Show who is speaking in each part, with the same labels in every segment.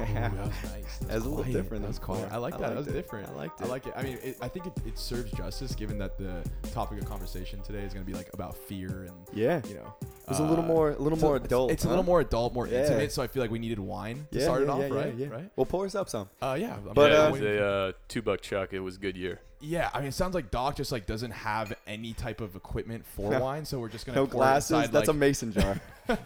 Speaker 1: Yeah.
Speaker 2: that was nice. That
Speaker 1: That was a little
Speaker 2: quiet.
Speaker 1: different.
Speaker 2: That was
Speaker 1: That was
Speaker 2: quiet. I like
Speaker 1: quiet.
Speaker 2: that.
Speaker 1: I
Speaker 2: that was
Speaker 1: liked it.
Speaker 2: different.
Speaker 1: I liked
Speaker 2: I
Speaker 1: it.
Speaker 2: like it. I mean, it, I think it, it serves justice given that the topic of conversation today is going to be like about fear and
Speaker 1: Yeah.
Speaker 2: you know.
Speaker 1: It was a
Speaker 2: Uh,
Speaker 1: little more- a little more
Speaker 2: it's-
Speaker 1: adult,
Speaker 2: It's a
Speaker 1: huh?
Speaker 2: little more adult, more
Speaker 1: Yeah.
Speaker 2: intimate. So I feel like we needed wine to start it off, right?
Speaker 1: Yeah,
Speaker 2: Right.
Speaker 1: Well, pour us up some.
Speaker 2: Uh, yeah. I'm
Speaker 1: But,
Speaker 2: kinda
Speaker 1: uh,
Speaker 3: yeah, it was
Speaker 2: waiting
Speaker 3: a
Speaker 2: for-
Speaker 3: uh, two buck chuck. It was a good year.
Speaker 2: yeah, I mean, it sounds like Doc just like doesn't have any type of equipment for wine, so we're just gonna
Speaker 1: No
Speaker 2: pour it
Speaker 1: glasses.
Speaker 2: inside,
Speaker 1: That's a
Speaker 2: like,
Speaker 1: mason jar. pour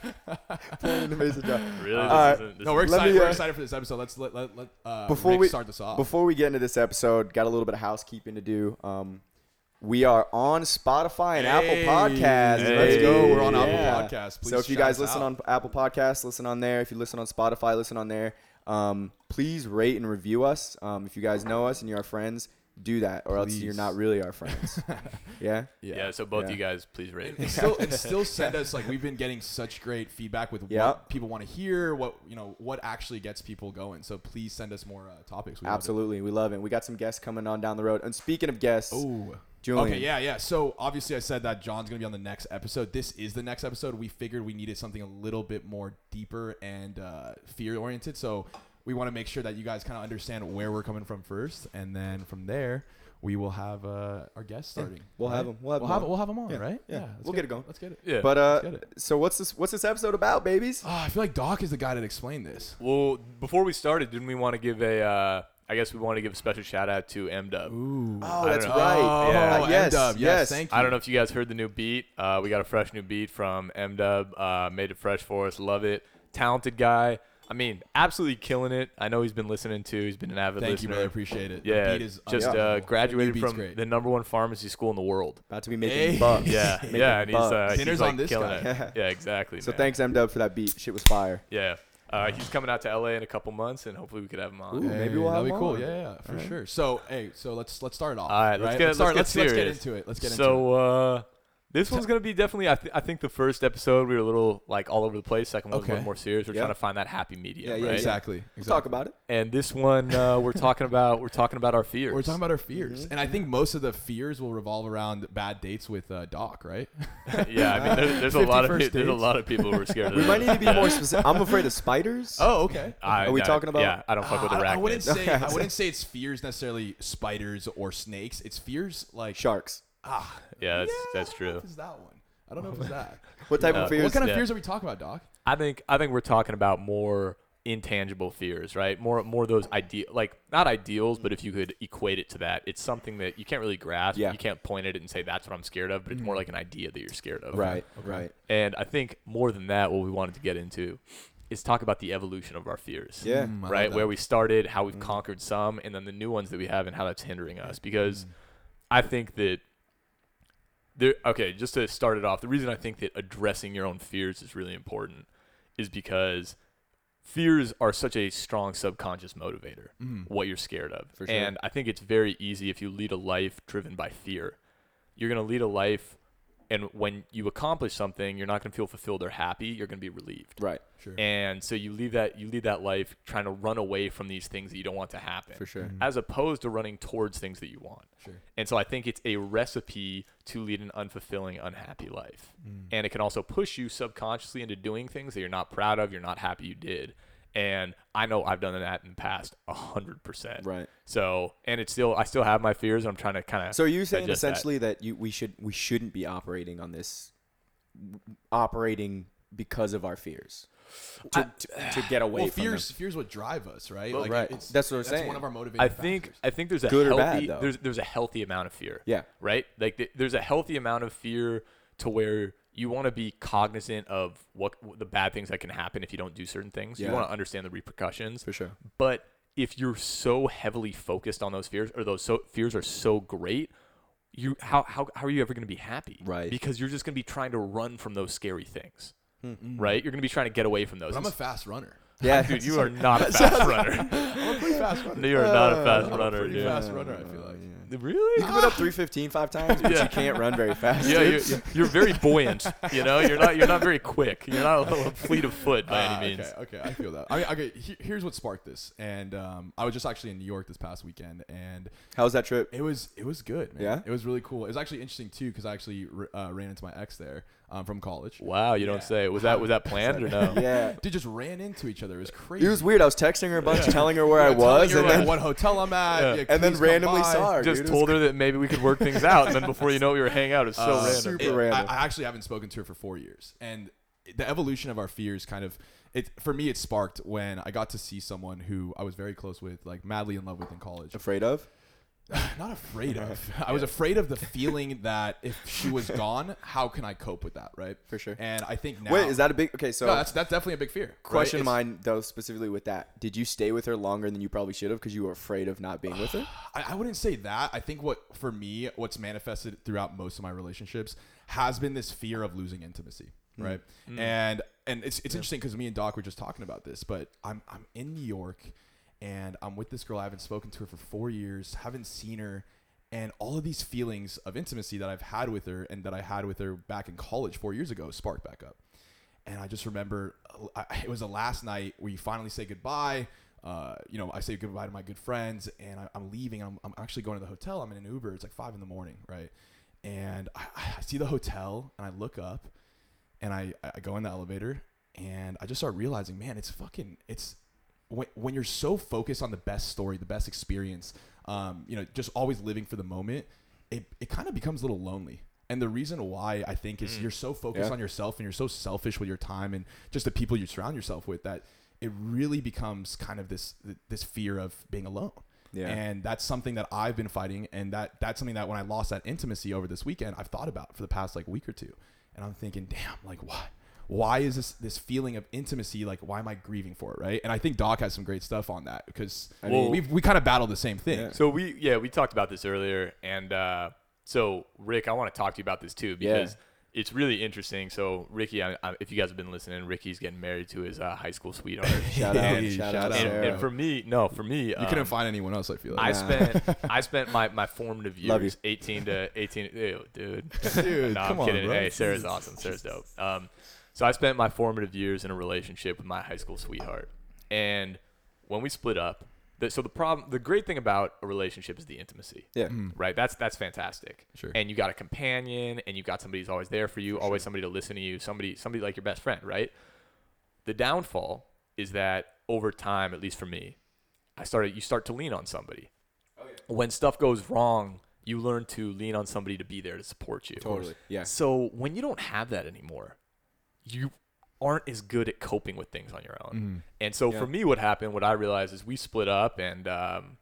Speaker 1: it in a mason jar.
Speaker 3: Really?
Speaker 1: All
Speaker 3: This
Speaker 1: right.
Speaker 3: isn't- this
Speaker 2: no. We're
Speaker 1: Let
Speaker 2: excited.
Speaker 1: me,
Speaker 2: we're
Speaker 1: uh,
Speaker 2: excited for this episode. Let's let let, let uh,
Speaker 1: Before
Speaker 2: Rick
Speaker 1: we-
Speaker 2: start this off.
Speaker 1: Before we get into this episode, got a little bit of housekeeping to do. Um, we are on Spotify and
Speaker 2: Hey.
Speaker 1: Apple Podcasts.
Speaker 3: Let's go. We're on
Speaker 2: Apple Podcasts. Please
Speaker 1: so if you
Speaker 2: shout
Speaker 1: guys
Speaker 2: us
Speaker 1: listen
Speaker 2: out.
Speaker 1: on Apple Podcasts, listen on there. If you listen on Spotify, listen on there. Um, please rate and review us. Um, if you guys know us and you're our friends, do that, or else you're
Speaker 2: Please.
Speaker 1: not really our friends. yeah.
Speaker 3: Yeah. so both
Speaker 1: yeah.
Speaker 3: you guys, please rate.
Speaker 2: and still and still send us like we've been getting such great feedback with
Speaker 1: Yeah.
Speaker 2: what people want to hear, what you know, what actually gets people going. So please send us more uh, topics. We love it.
Speaker 1: Absolutely, we love it. We got some guests coming on down the road. And speaking of guests,
Speaker 2: Oh.
Speaker 1: Julian.
Speaker 2: Okay, yeah, yeah. So obviously, I said that John's gonna be on the next episode. This is the next episode. We figured we needed something a little bit more deeper and uh, fear oriented. So we want to make sure that you guys kind of understand where we're coming from first, and then from there we will have uh, our guest starting.
Speaker 1: we'll
Speaker 2: right?
Speaker 1: have him. We'll have him on.
Speaker 2: We'll have him on,
Speaker 1: Yeah,
Speaker 2: right?
Speaker 1: yeah.
Speaker 2: let's
Speaker 1: We'll get it going.
Speaker 2: Let's get it.
Speaker 3: Yeah.
Speaker 1: but uh,
Speaker 2: Let's get
Speaker 1: so what's this? What's this episode about, babies?
Speaker 2: Ah, I feel like Doc is the guy that explained this.
Speaker 3: well, before we started, didn't we want to give a? Uh, I guess we want to give a special shout out to M Dub.
Speaker 2: Ooh.
Speaker 1: Oh,
Speaker 3: I
Speaker 1: that's
Speaker 3: don't know.
Speaker 1: right.
Speaker 2: Oh,
Speaker 3: Yeah.
Speaker 1: Uh, yes,
Speaker 2: M-Dub.
Speaker 1: yes.
Speaker 2: Thank you.
Speaker 3: I don't know if you guys heard the new beat. Uh, we got a fresh new beat from M Dub. Uh, made it fresh for us. Love it. Talented guy. I mean, absolutely killing it. I know he's been listening to. He's been an avid
Speaker 2: Thank you,
Speaker 3: listener.
Speaker 2: brother. Appreciate it. The
Speaker 3: Yeah,
Speaker 2: beat is
Speaker 3: just uh,
Speaker 2: unbelievable. The
Speaker 3: graduated
Speaker 2: new beat's
Speaker 3: from
Speaker 2: great.
Speaker 3: the number one pharmacy school in the world.
Speaker 1: About to be making
Speaker 2: Hey.
Speaker 1: bucks.
Speaker 3: Yeah,
Speaker 1: Making
Speaker 3: yeah, and he's, uh,
Speaker 1: bucks.
Speaker 3: he's,
Speaker 2: Dinner's
Speaker 3: like,
Speaker 2: on this
Speaker 3: killing
Speaker 2: guy.
Speaker 3: it. Yeah, exactly.
Speaker 1: So
Speaker 3: man.
Speaker 1: thanks, M Dub, for that beat. Shit was fire.
Speaker 3: Yeah, uh, he's coming out to LA in a couple months, and hopefully we could have him on.
Speaker 1: Ooh,
Speaker 2: Hey,
Speaker 1: maybe we'll
Speaker 2: that'd
Speaker 1: have
Speaker 2: be
Speaker 1: him
Speaker 2: cool.
Speaker 1: on.
Speaker 2: Yeah, yeah, yeah, for sure. So, hey, so let's let's start it off.
Speaker 3: All right, let's get
Speaker 2: let's, start,
Speaker 3: let's, get serious.
Speaker 2: into it. Let's get into it.
Speaker 3: so, uh, this one's gonna be definitely. I, th- I think the first episode we were a little like all over the place. Second one was a
Speaker 2: Okay.
Speaker 3: little more serious. We're
Speaker 1: Yeah.
Speaker 3: trying to find that happy medium,
Speaker 1: Yeah, yeah,
Speaker 3: right?
Speaker 2: Exactly.
Speaker 1: We'll
Speaker 2: exactly.
Speaker 1: talk about it.
Speaker 3: And this one uh, we're talking about we're talking about our fears.
Speaker 2: We're talking about our fears,
Speaker 1: Mm-hmm.
Speaker 2: and I think most of the fears will revolve around bad dates with uh, Doc, right?
Speaker 3: yeah. I mean, there's, there's a lot of
Speaker 2: 51st
Speaker 3: pe- there's a
Speaker 2: dates.
Speaker 3: lot of people who are scared. of
Speaker 1: We might
Speaker 3: this.
Speaker 1: need to be more specific. I'm afraid of spiders.
Speaker 2: oh, okay.
Speaker 3: I-
Speaker 1: Are we
Speaker 3: I-
Speaker 1: talking about- Ah,
Speaker 3: Yeah, I don't fuck with
Speaker 2: I, I
Speaker 3: arachnids.
Speaker 2: wouldn't say I wouldn't say it's fears necessarily spiders or snakes. It's fears like
Speaker 1: Sharks.
Speaker 2: ah
Speaker 3: Yeah, that's
Speaker 2: yeah,
Speaker 3: that's
Speaker 2: I don't know
Speaker 3: true.
Speaker 2: if it's that one. I don't know if it's that.
Speaker 1: What type
Speaker 3: Yeah.
Speaker 1: of fears?
Speaker 2: what kind of
Speaker 3: yeah.
Speaker 2: fears are we talking about, Doc?
Speaker 3: I think I think we're talking about more intangible fears, right? More more those ideal like not ideals, but if you could equate it to that, it's something that you can't really grasp.
Speaker 1: Yeah. Mm.
Speaker 3: You can't point at it and say that's what I'm scared of, but it's more like an idea that you're scared of.
Speaker 1: right, right.
Speaker 3: And I think more than that, what we wanted to get into is talk about the evolution of our fears.
Speaker 1: Yeah. Mm.
Speaker 2: Mm, I love
Speaker 3: Right?
Speaker 2: that.
Speaker 3: Where we started, how we've conquered some, and then the new ones that we have and how that's hindering us.
Speaker 1: Mm.
Speaker 3: Because I think that there okay, just to start it off, the reason I think that addressing your own fears is really important is because fears are such a strong subconscious motivator what you're scared of
Speaker 1: Mm. For sure.
Speaker 3: and i think it's very easy if you lead a life driven by fear you're going to lead a life and when you accomplish something you're not going to feel fulfilled or happy you're going to be relieved
Speaker 1: Right.
Speaker 2: Sure.
Speaker 3: and so you lead that you lead that life trying to run away from these things that you don't want to happen
Speaker 1: For sure.
Speaker 3: as opposed to running towards things that you want
Speaker 2: Sure.
Speaker 3: and so I think it's a recipe to lead an unfulfilling, unhappy life.
Speaker 1: Mm.
Speaker 3: And it can also push you subconsciously into doing things that you're not proud of, you're not happy you did. And I know I've done that in the past a hundred percent.
Speaker 1: Right.
Speaker 3: So and it's still I still have my fears and I'm trying to kinda
Speaker 1: So are you saying
Speaker 3: digest that.
Speaker 1: essentially that. you we should we shouldn't be operating on this operating because of our fears to, to, to get away
Speaker 2: Well,
Speaker 1: from
Speaker 2: fears
Speaker 1: them.
Speaker 2: fears what drive us, right? like
Speaker 1: right.
Speaker 2: It's,
Speaker 1: That's what I'm
Speaker 2: that's
Speaker 1: saying.
Speaker 2: one of our motivating
Speaker 3: I think
Speaker 2: factors.
Speaker 3: I think there's a
Speaker 1: Good or bad,
Speaker 3: healthy
Speaker 1: though?
Speaker 3: there's there's a healthy amount of fear.
Speaker 1: Yeah.
Speaker 3: Right? Like th- there's a healthy amount of fear to where you want to be cognizant of what the bad things that can happen if you don't do certain things.
Speaker 1: Yeah.
Speaker 3: You want to understand the repercussions.
Speaker 1: For sure.
Speaker 3: But if you're so heavily focused on those fears, or those so, fears are so great, you how, how how are you ever going to be happy?
Speaker 1: Right.
Speaker 3: Because you're just going to be trying to run from those scary things.
Speaker 1: Hmm.
Speaker 3: Right. You're going to be trying to get away from those.
Speaker 2: But I'm a
Speaker 3: It's-
Speaker 2: fast runner.
Speaker 1: Yeah.
Speaker 3: dude, you are not a fast runner.
Speaker 2: I'm a pretty fast runner.
Speaker 3: You are not a fast
Speaker 2: I'm a
Speaker 3: runner,
Speaker 2: pretty
Speaker 3: dude.
Speaker 2: fast runner. I feel like.
Speaker 1: You
Speaker 3: Really?
Speaker 1: can put up 315 five times, but
Speaker 3: Yeah.
Speaker 1: you can't run very fast.
Speaker 3: Yeah, you're, you're very buoyant. You know, you're not you're not very quick. You're not a, fleet of foot by
Speaker 2: Ah,
Speaker 3: any means.
Speaker 2: Okay, okay, I feel that. I mean, okay, he- here's what sparked this, and um, I was just actually in New York this past weekend, and
Speaker 1: How was that trip?
Speaker 2: it was it was good, man.
Speaker 1: Yeah?
Speaker 2: it was really cool. It was actually interesting too because I actually r- uh, ran into my ex there um, from college.
Speaker 3: Wow, you don't say. Was that was that planned or no?
Speaker 1: Yeah.
Speaker 2: Dude, just ran into each other. It was crazy.
Speaker 1: It was weird. I was texting her a bunch, telling her where I
Speaker 2: Yeah, telling
Speaker 1: was,
Speaker 2: her,
Speaker 1: and
Speaker 2: like,
Speaker 1: then
Speaker 2: what hotel I'm at,
Speaker 3: Yeah.
Speaker 2: yeah,
Speaker 1: and then
Speaker 2: please come
Speaker 1: randomly
Speaker 2: by.
Speaker 1: saw her.
Speaker 3: Just
Speaker 1: dude. It was
Speaker 3: told her that maybe we could work things out, and then before you know it, we were hanging out. It's so
Speaker 2: Uh,
Speaker 3: random.
Speaker 1: super
Speaker 2: it-
Speaker 1: random.
Speaker 2: I, I actually haven't spoken to her for four years, and the evolution of our fears kind of it for me it sparked when I got to see someone who I was very close with, like madly in love with in college.
Speaker 1: afraid of.
Speaker 2: Not afraid of. I was afraid of the feeling that if she was gone, how can I cope with that, right?
Speaker 1: For sure.
Speaker 2: And I think now
Speaker 1: Wait, is that a big? Okay, so
Speaker 2: no, that's that's definitely a big fear. right?
Speaker 1: question of
Speaker 2: It's-
Speaker 1: mine though, specifically with that. Did you stay with her longer than you probably should have because you were afraid of not being with her?
Speaker 2: I, I wouldn't say that. I think what for me, what's manifested throughout most of my relationships has been this fear of losing intimacy, right? And and it's it's interesting because me and Doc were just talking about this, but I'm I'm in New York, and I'm with this girl. I haven't spoken to her for four years. Haven't seen her. And all of these feelings of intimacy that I've had with her and that I had with her back in college four years ago sparked back up and I just remember uh, I- it was the last night we finally say goodbye. Uh, you know, I say goodbye to my good friends, and I, I'm leaving. I'm, I'm actually going to the hotel. I'm in an Uber. It's like five in the morning, right? And I, I see the hotel, and I look up, and I, I go in the elevator, and I just start realizing, man, it's fucking, it's when, when you're so focused on the best story, the best experience, um, you know, just always living for the moment, it, it kind of becomes a little lonely. And the reason why I think is you're so focused
Speaker 1: Mm. Yeah.
Speaker 2: on yourself and you're so selfish with your time and just the people you surround yourself with that it really becomes kind of this this fear of being alone.
Speaker 1: Yeah.
Speaker 2: And that's something that I've been fighting and that that's something that when I lost that intimacy over this weekend, I've thought about for the past like week or two. And I'm thinking, damn, like why why is this this feeling of intimacy like why am I grieving for it, right? And I think Doc has some great stuff on that because I
Speaker 3: mean-
Speaker 2: we we kind of battle the same thing.
Speaker 3: So we yeah we talked about this earlier, and uh, so Rick, I want to talk to you about this too because it's really interesting. So Ricky, I, I, if you guys have been listening, Ricky's getting married to his uh, high school sweetheart.
Speaker 1: Shout out,
Speaker 2: Hey,
Speaker 1: shout,
Speaker 2: shout
Speaker 1: out,
Speaker 2: out.
Speaker 3: and,
Speaker 1: Sarah.
Speaker 3: and for me, no, for me,
Speaker 2: Oh, You
Speaker 3: um,
Speaker 2: couldn't find anyone else, I feel like.
Speaker 3: I spent I spent my, my formative
Speaker 1: Love you.
Speaker 3: years, 18 to 18. Ew, dude.
Speaker 2: Dude,
Speaker 3: no,
Speaker 2: come
Speaker 3: I'm
Speaker 2: on,
Speaker 3: kidding.
Speaker 2: bro.
Speaker 3: Hey, Sarah's awesome. Sarah's dope. Um, so I spent my formative years in a relationship with my high school sweetheart, and when we split up, the, so the problem, the great thing about a relationship is the intimacy
Speaker 1: yeah,
Speaker 3: right? That's that's fantastic.
Speaker 2: Sure.
Speaker 3: And you got a companion, and you got somebody who's always there for you, always somebody to listen to you, somebody somebody like your best friend, right? The downfall is that over time, at least for me, I started you start to lean on somebody. When stuff goes wrong, you learn to lean on somebody to be there to support you.
Speaker 1: totally. Yeah,
Speaker 3: So when you don't have that anymore, you aren't as good at coping with things on your own. And so for me, what happened, what I realized is we split up, and um,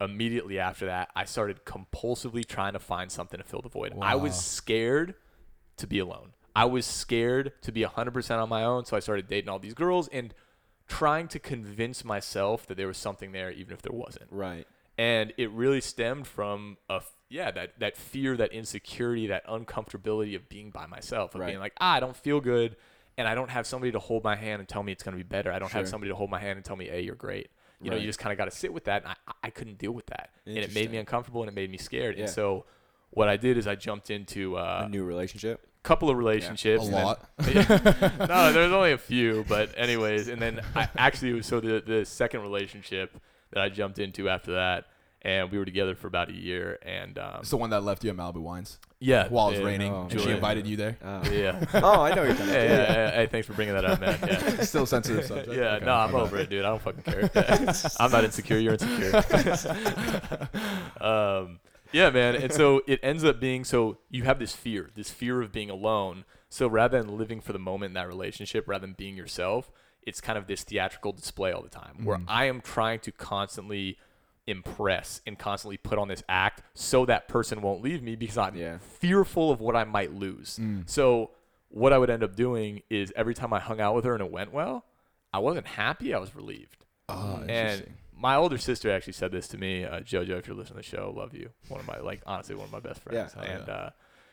Speaker 3: immediately after that, I started compulsively trying to find something to fill the void. I was
Speaker 2: Wow.
Speaker 3: scared to be alone. I was scared to be 100% on my own. So I started dating all these girls and trying to convince myself that there was something there, even if there wasn't
Speaker 1: right.
Speaker 3: and it really stemmed from a f- yeah that that fear that insecurity that uncomfortability of being by myself of
Speaker 1: Right.
Speaker 3: being like ah, i don't feel good and i don't have somebody to hold my hand and tell me it's going to be better i don't have
Speaker 1: Sure.
Speaker 3: somebody to hold my hand and tell me hey you're great you know you
Speaker 1: Right.
Speaker 3: just kind of got to sit with that and i, I couldn't deal with that and it made me
Speaker 1: Interesting.
Speaker 3: uncomfortable and it made me scared
Speaker 1: Yeah.
Speaker 3: and so what i did is i jumped into uh,
Speaker 1: A new relationship.
Speaker 3: couple of relationships.
Speaker 2: A
Speaker 3: and then-
Speaker 2: lot.
Speaker 3: no, there's only a few, but anyways, and then I actually so the the second relationship that I jumped into after that, and we were together for about a year, and um,
Speaker 2: It's the one that left you at Malibu Wines
Speaker 3: yeah,
Speaker 2: while it was
Speaker 3: yeah,
Speaker 2: raining.
Speaker 1: oh,
Speaker 2: and she
Speaker 3: man.
Speaker 2: invited you there.
Speaker 1: Oh,
Speaker 3: Yeah.
Speaker 1: oh I know you're talking
Speaker 3: Hey,
Speaker 1: about.
Speaker 3: hey, hey, thanks for bringing that up, man. Yeah.
Speaker 2: Still sensitive subject.
Speaker 3: Yeah,
Speaker 2: Okay,
Speaker 3: no, I'm
Speaker 2: my bad.
Speaker 3: over it, dude. I don't fucking care. Yeah. I'm not insecure. You're insecure. um, yeah, man. And so it ends up being so you have this fear, this fear of being alone. So rather than living for the moment in that relationship, rather than being yourself, it's kind of this theatrical display all the time where I am trying to constantly impress and constantly put on this act so that person won't leave me because I'm
Speaker 1: Yeah.
Speaker 3: fearful of what I might lose. So what I would end up doing is every time I hung out with her and it went well, I wasn't happy. I was relieved.
Speaker 2: Oh,
Speaker 3: and
Speaker 2: interesting.
Speaker 3: my older sister actually said this to me, uh, JoJo. If you're listening to the show, love you. One of my like honestly one of my best friends.
Speaker 1: Yeah.
Speaker 3: and uh,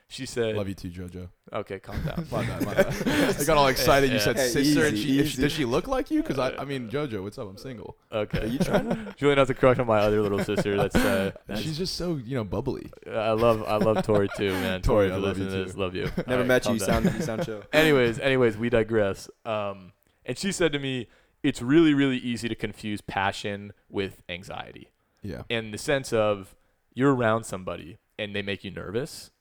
Speaker 3: She said,
Speaker 2: Love you too, JoJo.
Speaker 3: "Okay, calm down."
Speaker 2: My bad, my bad. I got all excited. You said
Speaker 1: Hey,
Speaker 2: sister, and
Speaker 1: easy,
Speaker 2: she, if she
Speaker 1: easy.
Speaker 2: does she look like you? Because I, I mean, JoJo, what's up? I'm single.
Speaker 1: Are
Speaker 3: Okay,
Speaker 1: you trying to?
Speaker 3: Julian has a crush on my other little sister. That's uh, that's-
Speaker 2: She's just so you know bubbly.
Speaker 3: I love I love Tori too, man.
Speaker 2: Tori,
Speaker 3: Tori, if
Speaker 2: I
Speaker 3: you
Speaker 2: love you
Speaker 3: listen to this,
Speaker 2: too.
Speaker 3: love you. All
Speaker 1: Never
Speaker 3: right,
Speaker 1: met you.
Speaker 3: calm
Speaker 1: You
Speaker 3: down.
Speaker 1: sound, you sound chill.
Speaker 3: anyways, anyways, we digress. Um, and she said to me, it's really, really easy to confuse passion with anxiety
Speaker 2: Yeah.
Speaker 3: in the sense of you're around somebody and they make you nervous.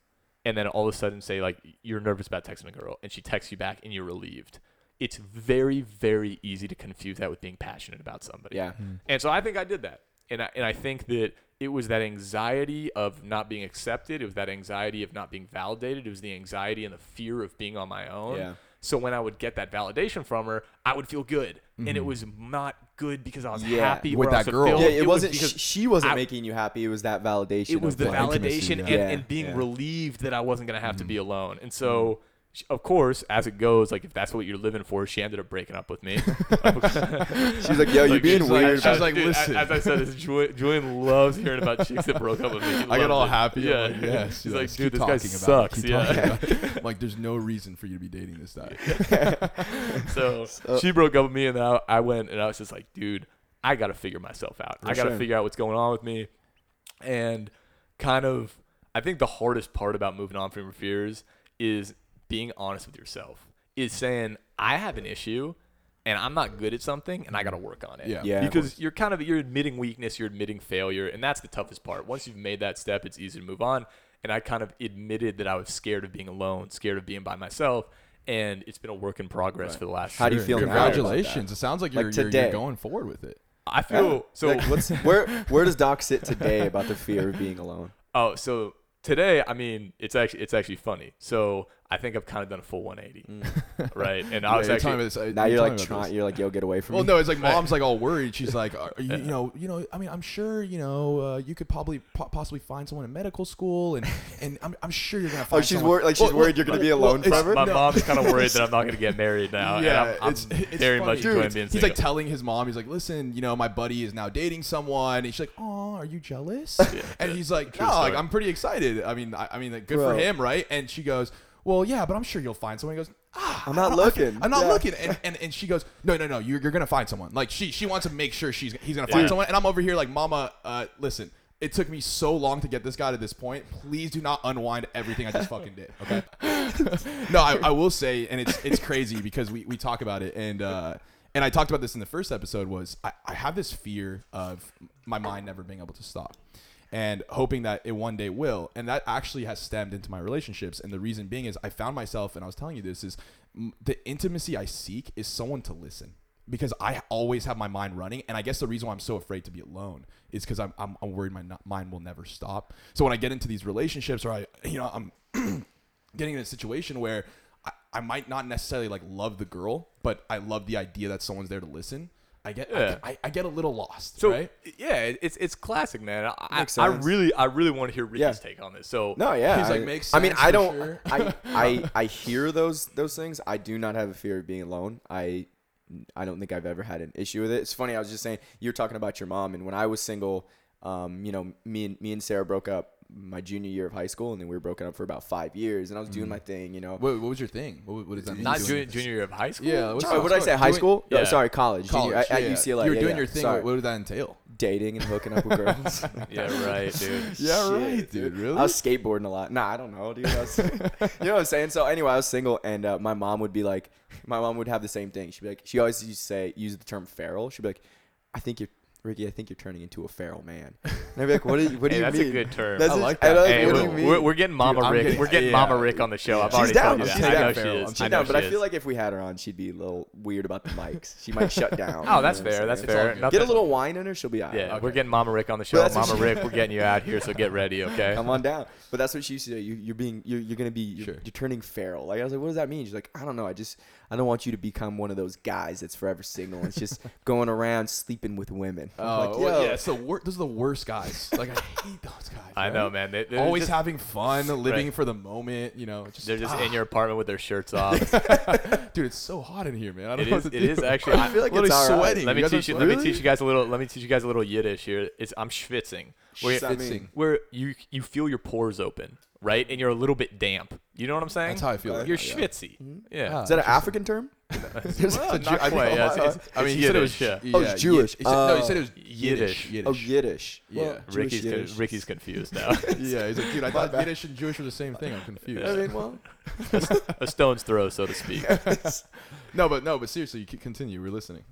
Speaker 3: And then all of a sudden say like, you're nervous about texting a girl and she texts you back and you're relieved. It's very, very easy to confuse that with being passionate about somebody.
Speaker 1: Yeah.
Speaker 3: And so I think I did that. And I, and I think that it was that anxiety of not being accepted. It was that anxiety of not being validated. It was the anxiety and the fear of being on my own.
Speaker 1: Yeah.
Speaker 3: So when I would get that validation from her, I would feel good. And it was not good because I was
Speaker 1: Yeah.
Speaker 3: happy
Speaker 2: With
Speaker 3: or I was
Speaker 2: that girl.
Speaker 3: fulfilled.
Speaker 1: Yeah, it,
Speaker 3: was
Speaker 1: wasn't.
Speaker 3: because-
Speaker 1: sh- she wasn't
Speaker 3: I-
Speaker 1: making you happy. It was that validation.
Speaker 3: it was
Speaker 1: of
Speaker 3: the
Speaker 1: like-
Speaker 2: intimacy, yeah.
Speaker 3: validation
Speaker 2: Mm.
Speaker 3: and,
Speaker 1: Yeah,
Speaker 3: and being
Speaker 1: yeah.
Speaker 3: relieved that I wasn't going to have to be alone. And so, sh of course, as it goes, like if that's what you're living for, she ended up breaking up with me.
Speaker 1: She's like, yo, you're being
Speaker 2: she's like-
Speaker 1: weird.
Speaker 2: she's
Speaker 1: about-
Speaker 3: As-
Speaker 2: like,
Speaker 3: dude,
Speaker 2: "Listen."
Speaker 3: As I said, this, Julian, Julian loves hearing about chicks that broke up with me. He
Speaker 2: I get
Speaker 3: loves
Speaker 2: all
Speaker 3: it.
Speaker 2: happy. Yeah.
Speaker 3: Yeah.
Speaker 2: I'm like, yes.
Speaker 3: He's
Speaker 2: yeah,
Speaker 3: like,
Speaker 2: just
Speaker 3: dude,
Speaker 2: keep
Speaker 3: this guy
Speaker 2: talking about it,
Speaker 3: sucks.
Speaker 2: keep talking
Speaker 3: Yeah.
Speaker 2: about it. I'm like, there's no reason for you to be dating this guy.
Speaker 3: so she broke up with me, and then I, I went and I was just like, dude, I got to figure myself out. I got to
Speaker 1: sure.
Speaker 3: figure out what's going on with me. And kind of, I think the hardest part about moving on from your fears is being honest with yourself, is saying, I have an issue and I'm not good at something and I got to work on it.
Speaker 2: Yeah.
Speaker 1: Yeah. of
Speaker 3: Because you're kind of, you're admitting weakness, you're admitting failure. And that's the toughest part. Once you've made that step, it's easy to move on. And I kind of admitted that I was scared of being alone, scared of being by myself. And it's been a work in progress for the last
Speaker 1: How do you feel now about that?
Speaker 2: Congratulations. It sounds like,
Speaker 1: Like
Speaker 2: you're, you're,
Speaker 1: today.
Speaker 2: you're going forward with it.
Speaker 3: I feel so.
Speaker 1: like, what's where? Where does Doc sit today about the fear of being alone?
Speaker 3: oh, so today, I mean, it's actually it's actually funny. So I think I've kind of done a full 180, right? And I
Speaker 2: Mm. Yeah,
Speaker 3: was
Speaker 2: you're
Speaker 3: actually
Speaker 2: talking about this, uh,
Speaker 1: Now you're like
Speaker 2: talking about
Speaker 1: trying.
Speaker 2: this.
Speaker 1: You're like, yo, get away from
Speaker 2: Well,
Speaker 1: me.
Speaker 2: no, it's like mom's like all worried. She's like, "Are you, you know, you know. I mean, I'm sure, you know, uh, you could probably po- possibly find someone in medical school, and and I'm, I'm sure you're gonna find.
Speaker 1: she's
Speaker 2: someone."
Speaker 1: worried- like, she's worried you're gonna be
Speaker 2: well,
Speaker 1: alone
Speaker 2: it's-
Speaker 1: forever?
Speaker 3: my
Speaker 2: no.
Speaker 3: mom's kind of worried that I'm not going to get married now.
Speaker 2: Yeah,
Speaker 3: Oh, and I'm, I'm
Speaker 2: it's, it's
Speaker 3: very
Speaker 2: funny.
Speaker 3: much enjoying
Speaker 2: Dude,
Speaker 3: being
Speaker 2: He's
Speaker 3: single.
Speaker 2: like telling his mom, he's like, "Listen, you know, my buddy is now dating someone." And she's like, "Oh, are you jealous?" and he's like,
Speaker 3: True
Speaker 2: "No, like
Speaker 3: story.
Speaker 2: I'm pretty excited. I mean, I, I mean, like, good
Speaker 1: Bro.
Speaker 2: for him, right?" And she goes, "Well, yeah, but I'm sure you'll find someone." He goes, "Ah,
Speaker 1: I'm not
Speaker 2: I don't- I feel-
Speaker 1: looking."
Speaker 2: I'm not
Speaker 1: Yeah.
Speaker 2: looking." And, and and she goes, "No, no, no, you're, you're gonna find someone." Like she she wants to make sure she's he's gonna find
Speaker 3: Dude.
Speaker 2: someone. And I'm over here like, "Mama, uh, listen." It took me so long to get this guy to this point. Please do not unwind everything I just fucking did. Okay. no, I, I will say, and it's it's crazy because we, we talk about it, and uh, and I talked about this in the first episode was I, I have this fear of my mind never being able to stop, and hoping that it one day will, and that actually has stemmed into my relationships, and the reason being is I found myself, and I was telling you this is m- the intimacy I seek is someone to listen. Because I always have my mind running, and I guess the reason why I'm so afraid to be alone is because I'm, I'm, I'm worried my n- mind will never stop. So when I get into these relationships, or I, you know, I'm getting in a situation where I, I might not necessarily like love the girl, but I love the idea that someone's there to listen. I get I
Speaker 3: Yeah.
Speaker 2: get- I, I, get a little lost,
Speaker 3: so
Speaker 2: right?
Speaker 3: yeah, it- it's it's classic, man. I,
Speaker 1: Makes
Speaker 3: I
Speaker 1: sense.
Speaker 3: really I really want to hear Ricky's
Speaker 1: Yeah.
Speaker 3: take on this. So
Speaker 1: No, yeah.
Speaker 2: He's like,
Speaker 1: I-
Speaker 2: "Makes
Speaker 1: I mean,
Speaker 2: sense
Speaker 1: I
Speaker 2: for
Speaker 1: don't.
Speaker 2: sure."
Speaker 1: I, I I hear those those things. I do not have a fear of being alone. I I don't think I've ever had an issue with it. It's funny. I was just saying you were talking about your mom, and when I was single, um, you know, me and me and Sarah broke up my junior year of high school, and then we were broken up for about five years, and I was doing my thing, you know.
Speaker 2: Mm-hmm. What, what was your thing? What, what does that mean?
Speaker 3: not
Speaker 2: doing
Speaker 3: junior,
Speaker 2: this?
Speaker 3: junior year of high school.
Speaker 2: Yeah, what's
Speaker 1: Sorry,
Speaker 2: up?
Speaker 1: what did I
Speaker 2: What's
Speaker 1: say?
Speaker 2: up?
Speaker 1: High
Speaker 2: Oh, Doing-
Speaker 1: school? No,
Speaker 3: yeah.
Speaker 1: sorry, college.
Speaker 2: College
Speaker 1: junior, at, at
Speaker 2: yeah.
Speaker 1: UCLA.
Speaker 2: You were
Speaker 1: yeah,
Speaker 2: doing
Speaker 1: yeah.
Speaker 2: your thing.
Speaker 1: Sorry.
Speaker 2: What did that entail?
Speaker 1: Dating and hooking up with girls.
Speaker 3: yeah, right, dude.
Speaker 2: Yeah,
Speaker 1: Shit,
Speaker 2: right, dude. Really?
Speaker 1: I was skateboarding a lot. Nah, I don't know, dude. I was, you know what I'm saying? So anyway, I was single, and uh, my mom would be like, my mom would have the same thing. She'd be like, she always used to say, use the term feral. She'd be like, I think you're. Ricky, I think you're turning into a feral man. And I'd be like, "What do you? What do
Speaker 3: Hey,
Speaker 1: you
Speaker 3: that's a
Speaker 1: mean?"
Speaker 3: good term.
Speaker 1: That's
Speaker 2: I
Speaker 1: a-
Speaker 2: like
Speaker 1: and
Speaker 2: that.
Speaker 1: was
Speaker 3: Hey,
Speaker 1: like, what do
Speaker 3: we're,
Speaker 1: you mean?
Speaker 3: we're, we're getting Mama
Speaker 2: I'm
Speaker 3: Rick.
Speaker 2: getting-
Speaker 3: we're getting
Speaker 2: yeah.
Speaker 3: Mama Rick on the show. I've
Speaker 1: She's
Speaker 3: already
Speaker 1: down.
Speaker 3: told you
Speaker 1: She's
Speaker 3: that.
Speaker 1: down.
Speaker 3: I know
Speaker 2: She's
Speaker 3: she is.
Speaker 2: down,
Speaker 3: I
Speaker 1: She
Speaker 3: know
Speaker 1: down, but
Speaker 3: she
Speaker 1: I feel
Speaker 3: is.
Speaker 1: like if we had her on, she'd be a little weird about the mics. She might shut down.
Speaker 3: Oh,
Speaker 1: you
Speaker 3: that's
Speaker 1: know what I'm
Speaker 3: fair. That's
Speaker 2: It's
Speaker 1: saying?
Speaker 2: all
Speaker 3: fair.
Speaker 2: good.
Speaker 3: Nothing-
Speaker 1: Get a little wine in her, she'll be out.
Speaker 3: Yeah, we're getting Mama Rick on the
Speaker 1: But
Speaker 3: show.
Speaker 1: that's what
Speaker 3: Mama
Speaker 1: she-
Speaker 3: Rick, we're getting you out here, so get ready, okay?
Speaker 1: come on down. But that's what she used to do. You, you're being, you're, you're gonna be, you're,
Speaker 2: Sure.
Speaker 1: you're turning feral. Like I was like, what does that mean? She's like, I don't know. I just, I don't want you to become one of those guys that's forever single. It's just going around sleeping with women. man. I'm
Speaker 2: Oh,
Speaker 1: like,
Speaker 2: well,
Speaker 1: yo.
Speaker 2: yeah, it's the wor- those are the worst guys. Like I hate those guys.
Speaker 3: I
Speaker 2: bro.
Speaker 3: know, man. They, they're
Speaker 2: Always
Speaker 3: just,
Speaker 2: having fun, living
Speaker 3: Right.
Speaker 2: for the moment. You know, just,
Speaker 3: They're just
Speaker 2: ah,
Speaker 3: in your apartment with their shirts off.
Speaker 2: dude. It's so hot in here, man. I don't
Speaker 3: It
Speaker 2: know
Speaker 3: is.
Speaker 2: what to
Speaker 3: It
Speaker 2: do.
Speaker 3: is actually.
Speaker 1: I feel like
Speaker 2: Literally
Speaker 1: it's all right.
Speaker 2: sweating.
Speaker 3: Let me
Speaker 2: guys are
Speaker 3: teach you.
Speaker 2: sweating?
Speaker 3: Let me teach you guys a little. Let me teach you guys a little Yiddish here. It's I'm schwitzing. Where,
Speaker 1: What's that mean?
Speaker 2: Schwitzing.
Speaker 3: where you you feel your pores open, right? And you're a little bit damp. You know what I'm saying?
Speaker 2: That's how I feel.
Speaker 3: You're
Speaker 2: right now, yeah.
Speaker 3: schwitzy. Yeah.
Speaker 2: Ah.
Speaker 1: Is that an African term?
Speaker 3: Well,
Speaker 1: It's a Jew-
Speaker 3: not
Speaker 1: I
Speaker 3: quite.
Speaker 1: mean,
Speaker 3: yeah, it's- it's-
Speaker 2: I mean,
Speaker 3: it's
Speaker 2: he said it was.
Speaker 3: Yiddish, yeah.
Speaker 2: yeah,
Speaker 1: Oh, it's
Speaker 2: yeah,
Speaker 1: Jewish.
Speaker 2: He said, no, he said it was
Speaker 3: Yiddish.
Speaker 2: Yiddish.
Speaker 1: Oh, Yiddish.
Speaker 2: Yeah.
Speaker 1: Well, Jewish
Speaker 3: Ricky's con-
Speaker 1: Yiddish.
Speaker 3: Ricky's confused now.
Speaker 2: Yeah, he's like, dude, I thought
Speaker 1: bad.
Speaker 2: Yiddish and Jewish were the same thing. I'm confused.
Speaker 1: I mean, well,
Speaker 3: a stone's throw, so to speak.
Speaker 2: no, but no, but seriously, you c- continue. We're listening.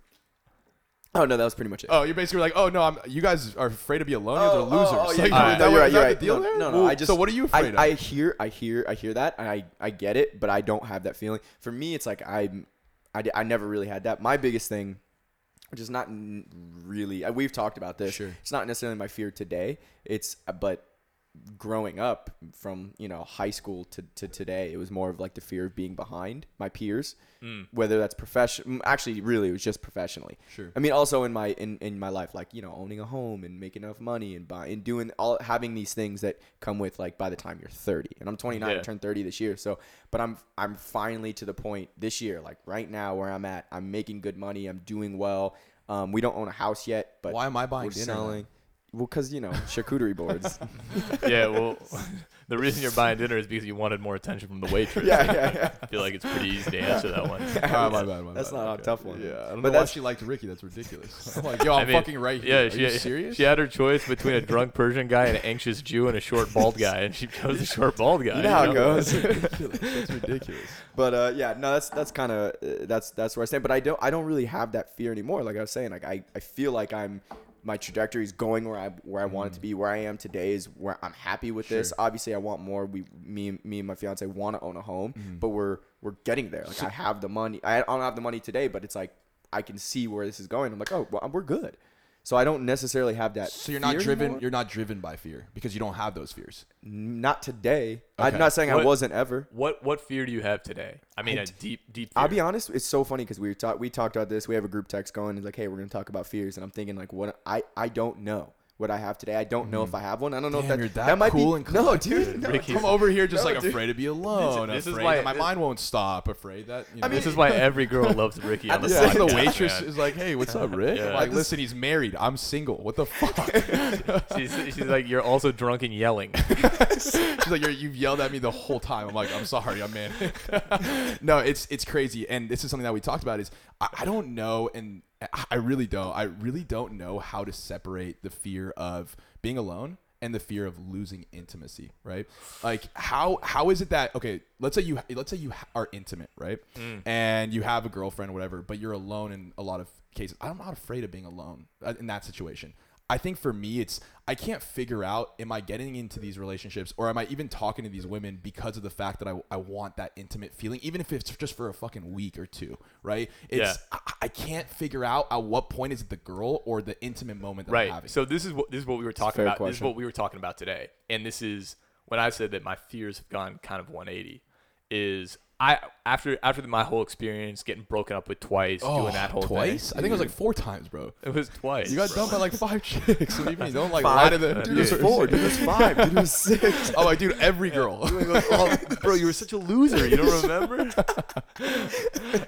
Speaker 1: oh no, that was pretty much it.
Speaker 2: Oh, you're basically like, oh no, I'm. You guys are afraid to be alone. you guys are
Speaker 1: Oh, oh,
Speaker 2: losers.
Speaker 1: oh,
Speaker 2: Like, is
Speaker 1: yeah, no, no,
Speaker 2: that
Speaker 1: you're
Speaker 2: what-
Speaker 1: right,
Speaker 2: is
Speaker 1: you're
Speaker 2: that
Speaker 1: right.
Speaker 2: the deal
Speaker 1: No,
Speaker 2: there?
Speaker 1: no, no,
Speaker 2: Well,
Speaker 1: I just-
Speaker 2: So what are you afraid
Speaker 1: I, I
Speaker 2: of?
Speaker 1: hear, I hear, I hear that, and I, I get it, but I don't have that feeling. For me, it's like I'm, I, di- I never really had that. My biggest thing, which is not n- really, uh, we've talked about this.
Speaker 2: Sure.
Speaker 1: It's not necessarily my fear today. It's, uh, but growing up from you know high school to, to today it was more of like the fear of being behind my peers
Speaker 2: Mm.
Speaker 1: whether that's professional actually really it was just professionally
Speaker 2: Sure.
Speaker 1: i mean also in my in, in my life like you know owning a home and making enough money and buy and doing all having these things that come with like by the time you're 30 and i'm 29
Speaker 3: Yeah.
Speaker 1: i turned 30 this year so but i'm i'm finally to the point this year like right now where i'm at i'm making good money i'm doing well um, we don't own a house yet but
Speaker 2: Why am I buying
Speaker 1: we're
Speaker 2: dinner then?
Speaker 1: selling well because you know charcuterie boards
Speaker 3: yeah. Well, the reason you're buying dinner is because you wanted more attention from the waitress.
Speaker 1: yeah yeah yeah
Speaker 3: I feel like it's pretty easy to answer that one.
Speaker 2: Ah, my bad, my
Speaker 1: That's
Speaker 2: bad.
Speaker 1: not a
Speaker 2: Okay.
Speaker 1: tough one.
Speaker 2: Yeah, I
Speaker 1: But
Speaker 2: don't know why
Speaker 1: that's-
Speaker 2: she liked Ricky. That's ridiculous. I'm like, yo,
Speaker 3: I
Speaker 2: I'm
Speaker 3: mean,
Speaker 2: fucking right here.
Speaker 3: Yeah,
Speaker 2: Are
Speaker 3: she,
Speaker 2: you serious?
Speaker 3: She had her choice between a drunk Persian guy, an anxious Jew, and a short bald guy, and she chose the short bald guy.
Speaker 1: You know how it goes.
Speaker 2: That's ridiculous. That's ridiculous.
Speaker 1: but uh, yeah, no, that's that's kind of uh, that's that's where I stand. But I don't I don't really have that fear anymore. Like I was saying, like I, I feel like I'm my trajectory is going where I where I want it to be. Where I am today is where I'm happy with this. Obviously, I want more. We me and- me and my fiance want to own a home, but we're we're getting there. Like I have the money. I don't have the money today, but it's like I can see where this is going. I'm like, oh, well, we're good. So I don't necessarily have that.
Speaker 2: So you're not
Speaker 1: fear
Speaker 2: driven.
Speaker 1: anymore.
Speaker 2: You're not driven by fear because you don't have those fears.
Speaker 1: not today.
Speaker 2: Okay.
Speaker 1: I'm not saying I
Speaker 3: What-
Speaker 1: wasn't ever.
Speaker 3: What what fear do you have today? I mean, a
Speaker 1: I
Speaker 3: deep deep. Fear.
Speaker 1: I'll be honest. It's so funny because we talked we talked about this. We have a group text going. It's like, hey, we're gonna talk about fears, and I'm thinking like, what I I don't know what I have today. I don't know if I have one. I don't know
Speaker 2: Mm. Damn,
Speaker 1: if that
Speaker 2: you're that
Speaker 1: might
Speaker 2: cool
Speaker 1: be
Speaker 2: and
Speaker 1: no,
Speaker 2: collected.
Speaker 1: dude. no.
Speaker 3: Ricky's-
Speaker 2: I'm over here just
Speaker 1: No,
Speaker 2: like
Speaker 1: dude.
Speaker 2: afraid to be alone.
Speaker 3: This is- this is
Speaker 2: afraid
Speaker 3: why-
Speaker 2: that my
Speaker 3: this-
Speaker 2: mind won't stop. Afraid that. You know,
Speaker 1: I mean,
Speaker 3: this is why every girl loves Ricky on
Speaker 2: I'm
Speaker 3: the
Speaker 2: just saying
Speaker 3: podcast.
Speaker 2: the waitress
Speaker 3: man.
Speaker 2: is like, "Hey, what's up, Rick?"
Speaker 3: Yeah.
Speaker 2: I'm Like, listen, he's married. I'm single. What the fuck?
Speaker 3: She's, she's like, you're also drunk and yelling.
Speaker 2: She's like, You're, "You've yelled at me the whole time." I'm like, "I'm sorry, I'm man." no, it's it's crazy, and this is something that we talked about. Is I, I don't know, and I- I really don't. I really don't know how to separate the fear of being alone and the fear of losing intimacy. Right? Like, how how is it that okay? Let's say you let's say you ha- are intimate, right? And you have a girlfriend, whatever, but you're alone in a lot of cases. I'm not afraid of being alone uh, in that situation. I think for me, it's I can't figure out am I getting into these relationships or am I even talking to these women because of the fact that I, I want that intimate feeling, even if it's just for a fucking week or two, right? It's I, I can't figure out at what point is it the girl or the intimate moment that I'm
Speaker 3: right.
Speaker 2: having.
Speaker 3: So this is what this is what we were talking
Speaker 1: fair
Speaker 3: about. This is
Speaker 1: question.
Speaker 3: what we were talking about today. And this is when I said that my fears have gone kind of 180. Is I after after my whole experience getting broken up with twice, doing that whole
Speaker 2: Oh, twice? I think it was like four times, bro.
Speaker 3: thing. It was twice.
Speaker 2: You got dumped by like five chicks. What do you mean? Don't like lie
Speaker 1: Five.
Speaker 2: to the
Speaker 3: uh,
Speaker 1: Dude, it was four. Dude, it was five. Dude, it was six.
Speaker 2: Oh, like dude, every girl.
Speaker 1: "Oh,
Speaker 3: bro, you were such a loser. You don't remember?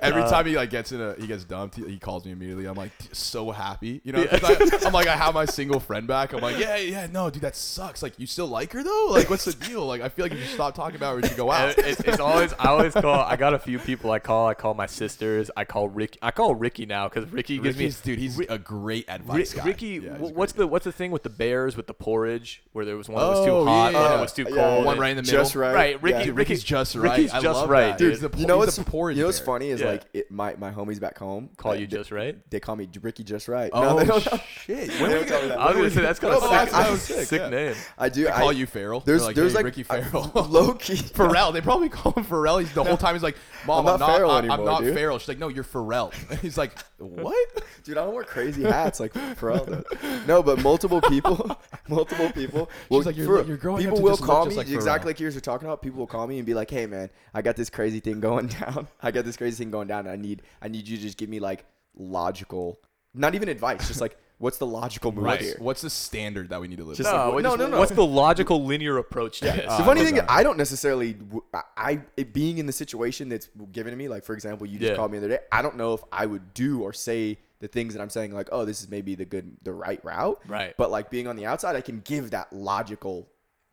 Speaker 2: Every time he like gets in a he gets dumped, he, he calls me immediately. I'm like so happy, you know. 'cause I, am like I have my single friend back. I'm like yeah yeah no dude that sucks. Like you still like her though. Like what's the deal? Like I feel like if you stop talking about her, we should go out.
Speaker 3: And it's, it's always I always call. I got a few people I call. I call my sisters. I call Ricky. I call Ricky now because Ricky gives me.
Speaker 2: Ricky's, dude, he's a great
Speaker 3: Ri-
Speaker 2: advice guy.
Speaker 3: Ricky,
Speaker 2: Yeah,
Speaker 3: wh-
Speaker 2: he's a
Speaker 3: what's the what's the thing with the bears with the porridge where there was one that was too
Speaker 2: Oh,
Speaker 3: hot,
Speaker 2: yeah.
Speaker 3: one that was too
Speaker 1: Yeah,
Speaker 3: cold,
Speaker 1: yeah,
Speaker 2: one
Speaker 3: and-
Speaker 2: right in the middle.
Speaker 1: Just right.
Speaker 3: Right, Ricky,
Speaker 1: Yeah.
Speaker 2: great- Ricky's just right.
Speaker 3: Ricky's
Speaker 2: I
Speaker 3: just
Speaker 2: love
Speaker 3: right,
Speaker 2: that.
Speaker 3: dude.
Speaker 2: He's the,
Speaker 1: You know
Speaker 2: he's
Speaker 1: what's
Speaker 2: the porridge
Speaker 1: You know what's
Speaker 2: bear.
Speaker 1: funny is
Speaker 3: Yeah.
Speaker 1: like it, my my homies back home
Speaker 3: Call
Speaker 1: they-
Speaker 3: you just right.
Speaker 1: They call me J- Ricky just right.
Speaker 2: Oh
Speaker 1: no, they don't know.
Speaker 2: shit!
Speaker 1: They don't tell me that.
Speaker 3: I was gonna say that's kind of
Speaker 2: Oh,
Speaker 3: sick.
Speaker 2: that's- that was
Speaker 3: sick,
Speaker 2: sick, yeah.
Speaker 3: name.
Speaker 1: I do.
Speaker 2: call
Speaker 1: I,
Speaker 2: you Farrell. They're
Speaker 1: There's
Speaker 2: like,
Speaker 1: there's
Speaker 2: "Hey,
Speaker 1: like
Speaker 2: Ricky Farrell.
Speaker 1: low key.
Speaker 2: Pharrell. They probably call him Pharrell. He's the whole time. He's like, Mom, I'm not, Farrell I'm,
Speaker 1: anymore,
Speaker 2: not
Speaker 1: dude."
Speaker 2: Pharrell. She's like, No, you're Pharrell. he's like, What?
Speaker 1: Dude, I don't wear crazy hats like Pharrell does. No, but multiple people, multiple people. will-
Speaker 2: like, "You're-
Speaker 1: for real,
Speaker 2: you're growing up
Speaker 1: People
Speaker 2: to
Speaker 1: will
Speaker 2: just look
Speaker 1: call
Speaker 2: just
Speaker 1: me
Speaker 2: like Pharrell."
Speaker 1: exactly like you guys are talking about. People will call me and be like, "Hey, man, I got this crazy thing going down. I got this crazy thing going down. And I need, I need you to just give me like logical, not even advice, just like what's the logical move
Speaker 2: Right.
Speaker 1: here?
Speaker 2: What's the standard that we need to live
Speaker 1: Just
Speaker 2: by?
Speaker 1: like,
Speaker 3: No,
Speaker 1: what-
Speaker 3: no,
Speaker 1: just
Speaker 3: no,
Speaker 1: what-
Speaker 3: What's the logical linear approach to this?
Speaker 1: the
Speaker 2: Uh,
Speaker 1: funny
Speaker 2: I
Speaker 1: thing is,
Speaker 2: love
Speaker 1: I don't necessarily, w- I, I- it being in the situation that's given to me, like for example, you just
Speaker 3: Yeah.
Speaker 1: called me the other day. I don't know if I would do or say the things that I'm saying, like, oh, this is maybe the good, the right route.
Speaker 3: Right.
Speaker 1: But like being on the outside, I can give that logical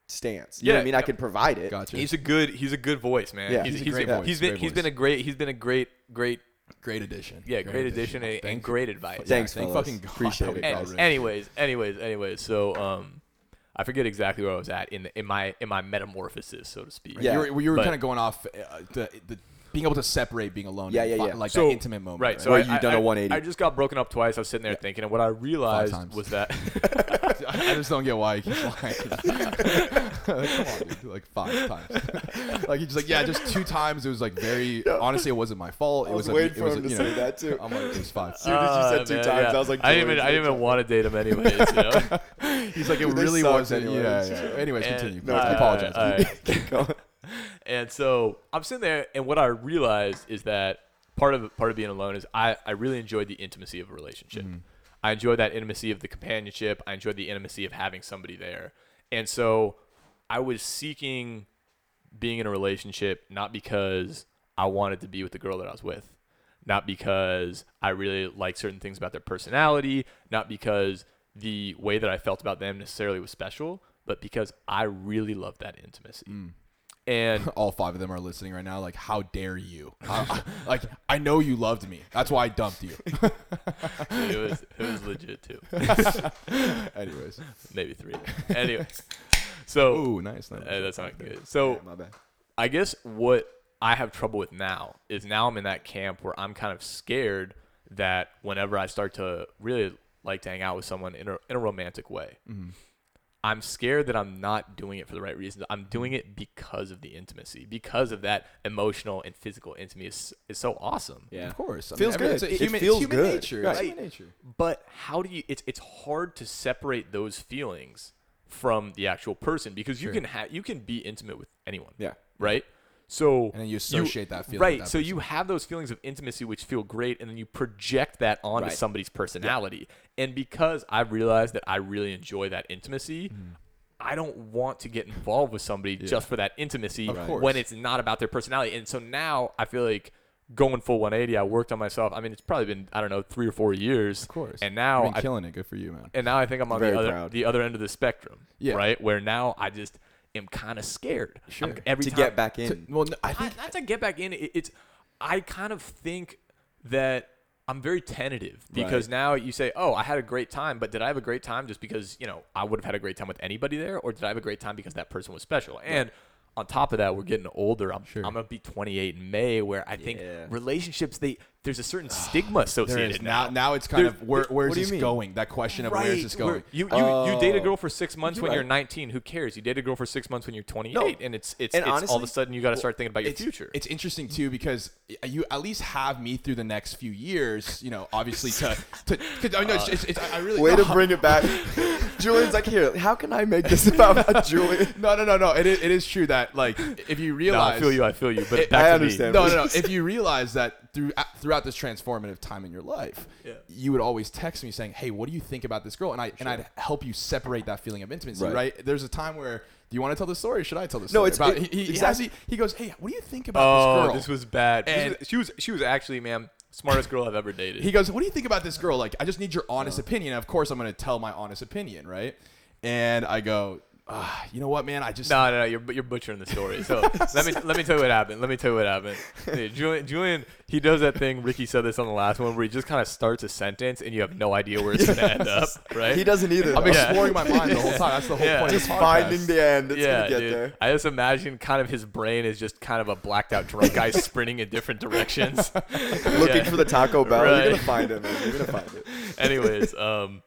Speaker 1: stance. You know what I
Speaker 3: Yeah.
Speaker 1: mean? I can provide it.
Speaker 2: Gotcha.
Speaker 3: He's a good. He's a good voice, man.
Speaker 1: Yeah.
Speaker 3: he's,
Speaker 1: He's a
Speaker 2: great voice,
Speaker 3: He's been.
Speaker 2: great
Speaker 3: he's
Speaker 2: voice.
Speaker 3: been a great. He's been a great. Great.
Speaker 2: great addition.
Speaker 3: Yeah. Great, addition, and, and
Speaker 2: Thank-
Speaker 3: great advice.
Speaker 2: Yeah,
Speaker 1: Thanks,
Speaker 2: thank
Speaker 1: fellas.
Speaker 2: fucking God
Speaker 1: Appreciate
Speaker 2: that we
Speaker 1: it,
Speaker 2: got
Speaker 1: guys.
Speaker 2: rid of-
Speaker 3: anyways, anyways, anyways. So, um, I forget exactly where I was at in the, in my in my metamorphosis, so to speak.
Speaker 1: Yeah.
Speaker 2: You were, you were
Speaker 3: But-
Speaker 2: kind of going off uh, the, the being able to separate being alone.
Speaker 1: Yeah,
Speaker 2: and
Speaker 1: yeah,
Speaker 2: fi-
Speaker 1: yeah.
Speaker 2: Like
Speaker 3: So-
Speaker 2: that intimate moment.
Speaker 3: Right. So
Speaker 1: Where
Speaker 3: I,
Speaker 1: you've done
Speaker 3: a
Speaker 1: a 180.
Speaker 3: I just got broken up twice. I was sitting there thinking, and what I realized
Speaker 2: times.
Speaker 3: was that
Speaker 2: I just don't get why he keeps lying. like, come on, dude. Like five times. like he's just like, yeah, just two times. It was like very. Honestly, it wasn't my fault. It
Speaker 1: was
Speaker 2: was,
Speaker 1: waiting
Speaker 2: a, it
Speaker 1: for
Speaker 2: was
Speaker 1: him
Speaker 2: a-
Speaker 1: to
Speaker 2: you know,
Speaker 1: say that, too.
Speaker 2: I'm like, it was five.
Speaker 1: Dude, you said
Speaker 3: Ah,
Speaker 1: two
Speaker 3: man,
Speaker 1: times.
Speaker 3: yeah.
Speaker 1: I was like,
Speaker 3: I didn't even,
Speaker 1: George,
Speaker 3: I didn't
Speaker 1: what
Speaker 3: even want to date him anyways. You know?
Speaker 2: He's like, it
Speaker 1: Dude, they
Speaker 2: really
Speaker 1: sucked
Speaker 2: wasn't.
Speaker 1: anyways.
Speaker 2: Yeah, yeah. Anyways,
Speaker 3: And- uh,
Speaker 2: continue.
Speaker 1: No,
Speaker 2: I
Speaker 1: no,
Speaker 2: apologize.
Speaker 3: all right.
Speaker 1: Keep going.
Speaker 3: and so I'm sitting there, and what I realized is that part of part of being alone is I I really enjoyed the intimacy of a relationship. I enjoyed that intimacy of the companionship. I enjoyed the intimacy of having somebody there, and so I was seeking being in a relationship not because I wanted to be with the girl that I was with, not because I really liked certain things about their personality, not because the way that I felt about them necessarily was special, but because I really loved that intimacy. And
Speaker 2: all five of them are listening right now. Like, how dare you? I- I- like, I know you loved me. That's why I dumped you.
Speaker 3: it was it was legit too.
Speaker 2: Anyways.
Speaker 3: Maybe three. Anyway, so
Speaker 2: Ooh, nice. nice.
Speaker 3: uh, that's not good. So
Speaker 1: My bad.
Speaker 3: I guess what I have trouble with now is now I'm in that camp where I'm kind of scared that whenever I start to really like to hang out with someone in a, in a romantic way,
Speaker 1: Mm-hmm.
Speaker 3: I'm scared that I'm not doing it for the right reasons. I'm doing it because of the intimacy, because of that emotional and physical intimacy is, is so awesome.
Speaker 1: Yeah.
Speaker 2: Of course. I mean,
Speaker 1: Feels
Speaker 2: every-
Speaker 1: good.
Speaker 2: It's a
Speaker 1: It
Speaker 2: human,
Speaker 1: feels
Speaker 2: it's human
Speaker 1: good.
Speaker 2: nature.
Speaker 1: Right.
Speaker 2: It's human nature.
Speaker 3: But how do you? It's it's hard to separate those feelings from the actual person because you can have you can be intimate with anyone.
Speaker 1: Yeah.
Speaker 3: Right. So
Speaker 2: And then you associate that feeling with
Speaker 3: Right.
Speaker 2: that
Speaker 3: so you have those feelings of intimacy which feel great, and then you project that onto
Speaker 1: Right.
Speaker 3: somebody's personality. And because I realized that I really enjoy that intimacy.
Speaker 2: Mm-hmm.
Speaker 3: I don't want to get involved with somebody just for that intimacy
Speaker 2: Of course.
Speaker 3: when it's not about their personality. And so now I feel like going full 180, I worked on myself. I mean, it's probably been, I don't know, three or four years.
Speaker 2: Of course.
Speaker 3: And now
Speaker 2: You've been
Speaker 3: I
Speaker 2: killing it. Good for you, man.
Speaker 3: and now I think I'm on
Speaker 1: Very
Speaker 3: the other
Speaker 1: proud.
Speaker 3: the other end of the spectrum.
Speaker 2: Yeah.
Speaker 3: Right? Where now I just am kind of scared. I'm-
Speaker 2: Sure.
Speaker 3: every
Speaker 1: To
Speaker 3: time,
Speaker 1: get back
Speaker 2: So-
Speaker 1: in.
Speaker 2: well, no, I
Speaker 3: I,
Speaker 2: think
Speaker 3: not to get back in. It, it's I kind of think that I'm very tentative because
Speaker 1: Right.
Speaker 3: now you say, "Oh, I had a great time," but did I have a great time just because you know I would have had a great time with anybody there, or did I have a great time because that person was special? And on top of that, we're getting older. I'm I'm gonna be 28 in May, where I think
Speaker 1: Yeah.
Speaker 3: relationships they there's a certain stigma
Speaker 2: there
Speaker 3: associated
Speaker 2: is now. Now it's kind of where where is this going? That question of where is this going?
Speaker 3: You you, you date a
Speaker 1: Oh.
Speaker 3: girl for six months
Speaker 1: You're
Speaker 3: when you're
Speaker 1: right.
Speaker 3: 19. Who cares? You date a girl for six months when you're 28, and it's it's,
Speaker 1: And
Speaker 3: it's all of
Speaker 1: honestly,
Speaker 3: a sudden you got to start thinking about your
Speaker 2: it's,
Speaker 3: future.
Speaker 2: It's interesting too because you at least have me through the next few years. You know, obviously to to. 'cause I know it's, it's, it's, I really
Speaker 1: Way
Speaker 2: no,
Speaker 1: to bring it back. Julian's like, here, how can I make this about Julian?
Speaker 2: No, no, no, no. It is, it is true that like if you
Speaker 3: No,
Speaker 2: realize
Speaker 3: I feel you. I feel you. But
Speaker 2: It-
Speaker 3: back
Speaker 1: I
Speaker 3: to
Speaker 1: understand.
Speaker 3: Me.
Speaker 2: no, no, no. If you realize that through throughout this transformative time in your life, you would always text me saying, "Hey, what do you think about this girl?" And I and I'd help you separate that feeling of intimacy.
Speaker 1: Right.
Speaker 2: Right? There's a time where do you want to tell the story? Should I tell the
Speaker 1: No,
Speaker 2: story?
Speaker 1: it's-
Speaker 2: about,
Speaker 1: it-
Speaker 2: he, he,
Speaker 1: exactly.
Speaker 2: has- he, he goes, "Hey, what do you think about this
Speaker 3: Oh,
Speaker 2: girl?"
Speaker 3: this was bad. This
Speaker 2: And-
Speaker 3: was- she was she was actually, man, smartest girl I've ever dated.
Speaker 2: he goes, "What do you think about this girl?" Like, I just need your honest opinion. And of course, I'm going to tell my honest opinion, right? And I go, ah, "You know what, man? I just
Speaker 3: no, no, no, you're, you're butchering the story. So let me let me tell you what happened. Let me tell you what happened. Yeah, Julian, Julian, he does that thing. Ricky said this on the last one, where he just kind of starts a sentence and you have no idea where it's gonna end up, right?
Speaker 1: He doesn't either.
Speaker 2: I'm
Speaker 1: though.
Speaker 3: Yeah.
Speaker 2: exploring my mind the whole time. That's the whole
Speaker 3: Yeah.
Speaker 2: point.
Speaker 1: Just
Speaker 2: of the podcast.
Speaker 1: finding the end. It's
Speaker 3: yeah,
Speaker 1: gonna get
Speaker 3: dude.
Speaker 1: there.
Speaker 3: I just imagine kind of his brain is just kind of a blacked out drunk guy sprinting in different directions.
Speaker 1: Looking
Speaker 3: Yeah.
Speaker 1: for the Taco Bell. You're gonna
Speaker 3: Right.
Speaker 1: find it, man. You're gonna find it.
Speaker 3: Anyways, um,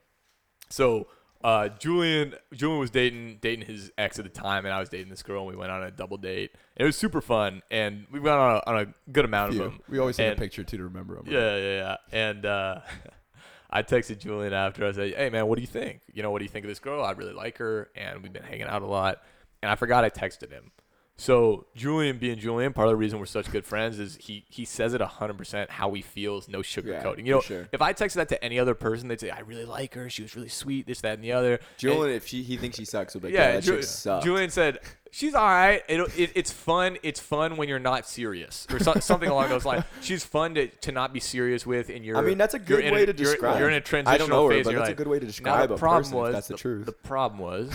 Speaker 3: so uh, Julian Julian was dating dating his ex at the time, and I was dating this girl, and we went on a double date. It was super fun, and we went on a, on a good amount
Speaker 2: Phew.
Speaker 3: of them.
Speaker 2: We always take a
Speaker 3: And-
Speaker 2: picture too to remember them.
Speaker 3: Yeah, yeah, yeah. And uh, I texted Julian after. I said, "Hey, man, what do you think? You know, what do you think of this girl? I really like her, and we've been hanging out a lot." And I forgot I texted him, So Julian being Julian, part of the reason we're such good friends is he he says it hundred percent how he feels, no sugarcoating. you know,
Speaker 1: for sure.
Speaker 3: if I texted that to any other person, they'd say, I really like her, she was really sweet, this, that, and the other. And-
Speaker 1: Julian, if she he thinks she sucks, he'll be like, yeah,
Speaker 3: yeah,
Speaker 1: that
Speaker 3: Ju-
Speaker 1: chick sucks.
Speaker 3: Julian said she's all right. It'll- It, it's fun. It's fun when you're not serious or so, something along those lines. She's fun to, to not be serious with, and you're.
Speaker 1: I mean, that's a
Speaker 3: you're
Speaker 1: good
Speaker 3: in
Speaker 1: way to
Speaker 3: you're-
Speaker 1: describe.
Speaker 3: You're in
Speaker 1: I
Speaker 3: a
Speaker 1: don't
Speaker 3: transitional
Speaker 1: know her,
Speaker 3: phase.
Speaker 1: but
Speaker 3: you're
Speaker 1: that's a
Speaker 3: like-
Speaker 1: good way to
Speaker 3: Now,
Speaker 1: describe
Speaker 3: the
Speaker 1: a
Speaker 3: problem
Speaker 1: person, if
Speaker 3: was
Speaker 1: that's the truth.
Speaker 3: The problem was,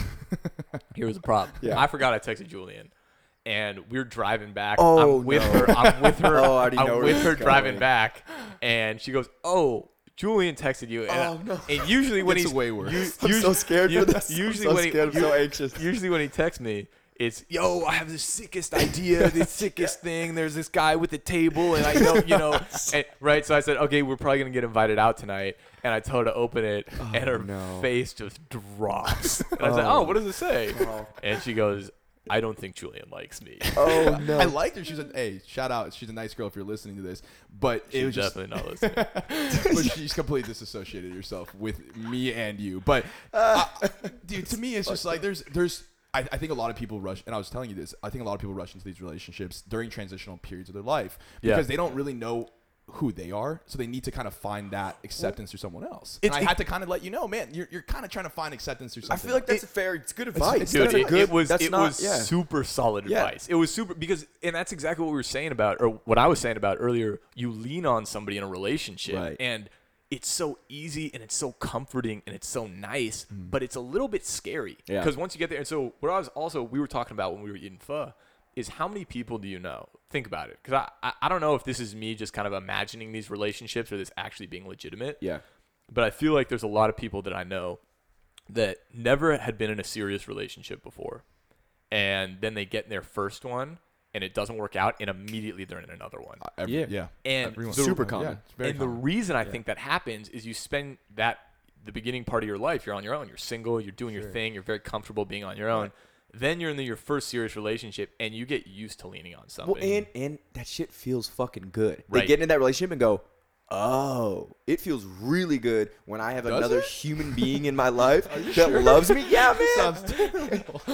Speaker 3: here was the problem.
Speaker 1: Yeah.
Speaker 3: I forgot I texted Julian. And we were driving back.
Speaker 1: Oh,
Speaker 3: I'm with
Speaker 1: no.
Speaker 3: her. I'm with her.
Speaker 1: Oh, I already know
Speaker 3: I'm
Speaker 1: where
Speaker 3: with
Speaker 1: this
Speaker 3: her
Speaker 1: is
Speaker 3: driving
Speaker 1: going.
Speaker 3: back, and she goes, "Oh, Julian texted you." And,
Speaker 1: Oh, no.
Speaker 3: and usually when
Speaker 2: It's
Speaker 3: he's
Speaker 2: way worse.
Speaker 3: you-
Speaker 1: I'm so
Speaker 3: usu-
Speaker 1: scared
Speaker 3: you-
Speaker 1: for this.
Speaker 3: Usually
Speaker 1: I'm so
Speaker 3: when he-
Speaker 1: scared. I'm
Speaker 3: you-
Speaker 1: so anxious.
Speaker 3: usually when he texts me, it's yo, I have the sickest idea, the sickest thing. There's this guy with the table, and I know, you know, and, right. So I said, okay, we're probably gonna get invited out tonight, and I tell her to open it, and
Speaker 1: Oh,
Speaker 3: her
Speaker 1: no.
Speaker 3: face just drops. And I said,
Speaker 1: Oh.
Speaker 3: oh, what does it say? And she goes, I don't think Julian likes me.
Speaker 1: oh
Speaker 2: I
Speaker 1: no!
Speaker 2: liked her. She's a hey, shout out. She's a nice girl if you're listening to this. But it was
Speaker 3: She's
Speaker 2: just,
Speaker 3: definitely not listening.
Speaker 2: but she's completely disassociated herself with me and you. But uh,
Speaker 1: Ah.
Speaker 2: dude, to me, it's just like there's there's. I, I think a lot of people rush, and I was telling you this. I think a lot of people rush into these relationships during transitional periods of their life
Speaker 3: Yeah.
Speaker 2: because they don't really know who they are, so they need to kind of find that acceptance through someone else. And
Speaker 3: It's-
Speaker 2: I had to kind of let you know, man, you're, you're kind of trying to find acceptance through
Speaker 1: I
Speaker 2: something.
Speaker 1: feel like
Speaker 2: else.
Speaker 1: that's a fair. It's good advice.
Speaker 2: it's
Speaker 3: Dude,
Speaker 1: that's a
Speaker 3: it,
Speaker 1: good,
Speaker 3: it was
Speaker 1: That's
Speaker 3: it
Speaker 1: not,
Speaker 3: was
Speaker 1: yeah.
Speaker 3: super solid
Speaker 1: Yeah.
Speaker 3: advice. It was super because and that's exactly what we were saying about or what I was saying about earlier. You lean on somebody in a relationship
Speaker 1: Right.
Speaker 3: and it's so easy and it's so comforting and it's so nice, but it's a little bit scary
Speaker 1: Mm. Yeah.
Speaker 3: because once you get there. And so what I was also we were talking about when we were eating pho is how many people do you know? Think about it because I, I I don't know if this is me just kind of imagining these relationships or this actually being legitimate
Speaker 1: yeah.
Speaker 3: but I feel like there's a lot of people that I know that never had been in a serious relationship before. And then they get in their first one and it doesn't work out and immediately they're in another one.
Speaker 2: Every-
Speaker 1: Yeah.
Speaker 2: yeah,
Speaker 3: And
Speaker 2: Everyone-
Speaker 3: the-
Speaker 1: Super
Speaker 2: Yeah,
Speaker 1: common.
Speaker 2: it's very
Speaker 3: and
Speaker 2: common.
Speaker 3: the reason I think that happens is you spend that the beginning part of your life, you're on your own, you're single, you're doing your thing, you're very comfortable being on your own. Then you're in the, your first serious relationship and you get used to leaning on something.
Speaker 1: Well, and and that shit feels fucking good.
Speaker 3: Right.
Speaker 1: They get in that relationship and go, oh, it feels really good when I have another human being in my life that loves me. Yeah, man.
Speaker 2: Sounds terrible.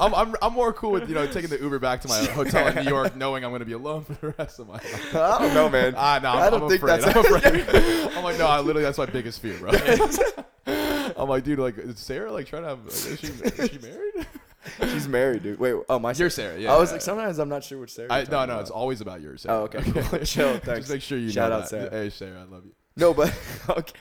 Speaker 2: I'm, I'm, I'm more cool with you know taking the Uber back to my hotel in New York, knowing I'm going to be alone for the rest of my life.
Speaker 1: I don't know, man.
Speaker 2: Ah, no, I'm,
Speaker 1: I don't
Speaker 2: am
Speaker 1: think
Speaker 2: afraid.
Speaker 1: that's.
Speaker 2: I'm afraid. I'm like, no, I literally that's my biggest fear, bro. I'm like, dude, like, is Sarah like trying to have? Like, is, she, is she married?
Speaker 1: She's married, dude. Wait, oh my.
Speaker 2: You're Sarah, yeah,
Speaker 1: I was
Speaker 2: yeah,
Speaker 1: like,
Speaker 2: yeah.
Speaker 1: sometimes I'm not sure which Sarah.
Speaker 2: I,
Speaker 1: you're
Speaker 2: no,
Speaker 1: talking
Speaker 2: no,
Speaker 1: about.
Speaker 2: it's always about yours. Sarah.
Speaker 1: Oh, okay. Cool. Chill. Thanks.
Speaker 2: Just make sure you
Speaker 1: Shout
Speaker 2: know
Speaker 1: out,
Speaker 2: that.
Speaker 1: Sarah.
Speaker 2: Hey, Sarah, I love you.
Speaker 1: No, but okay.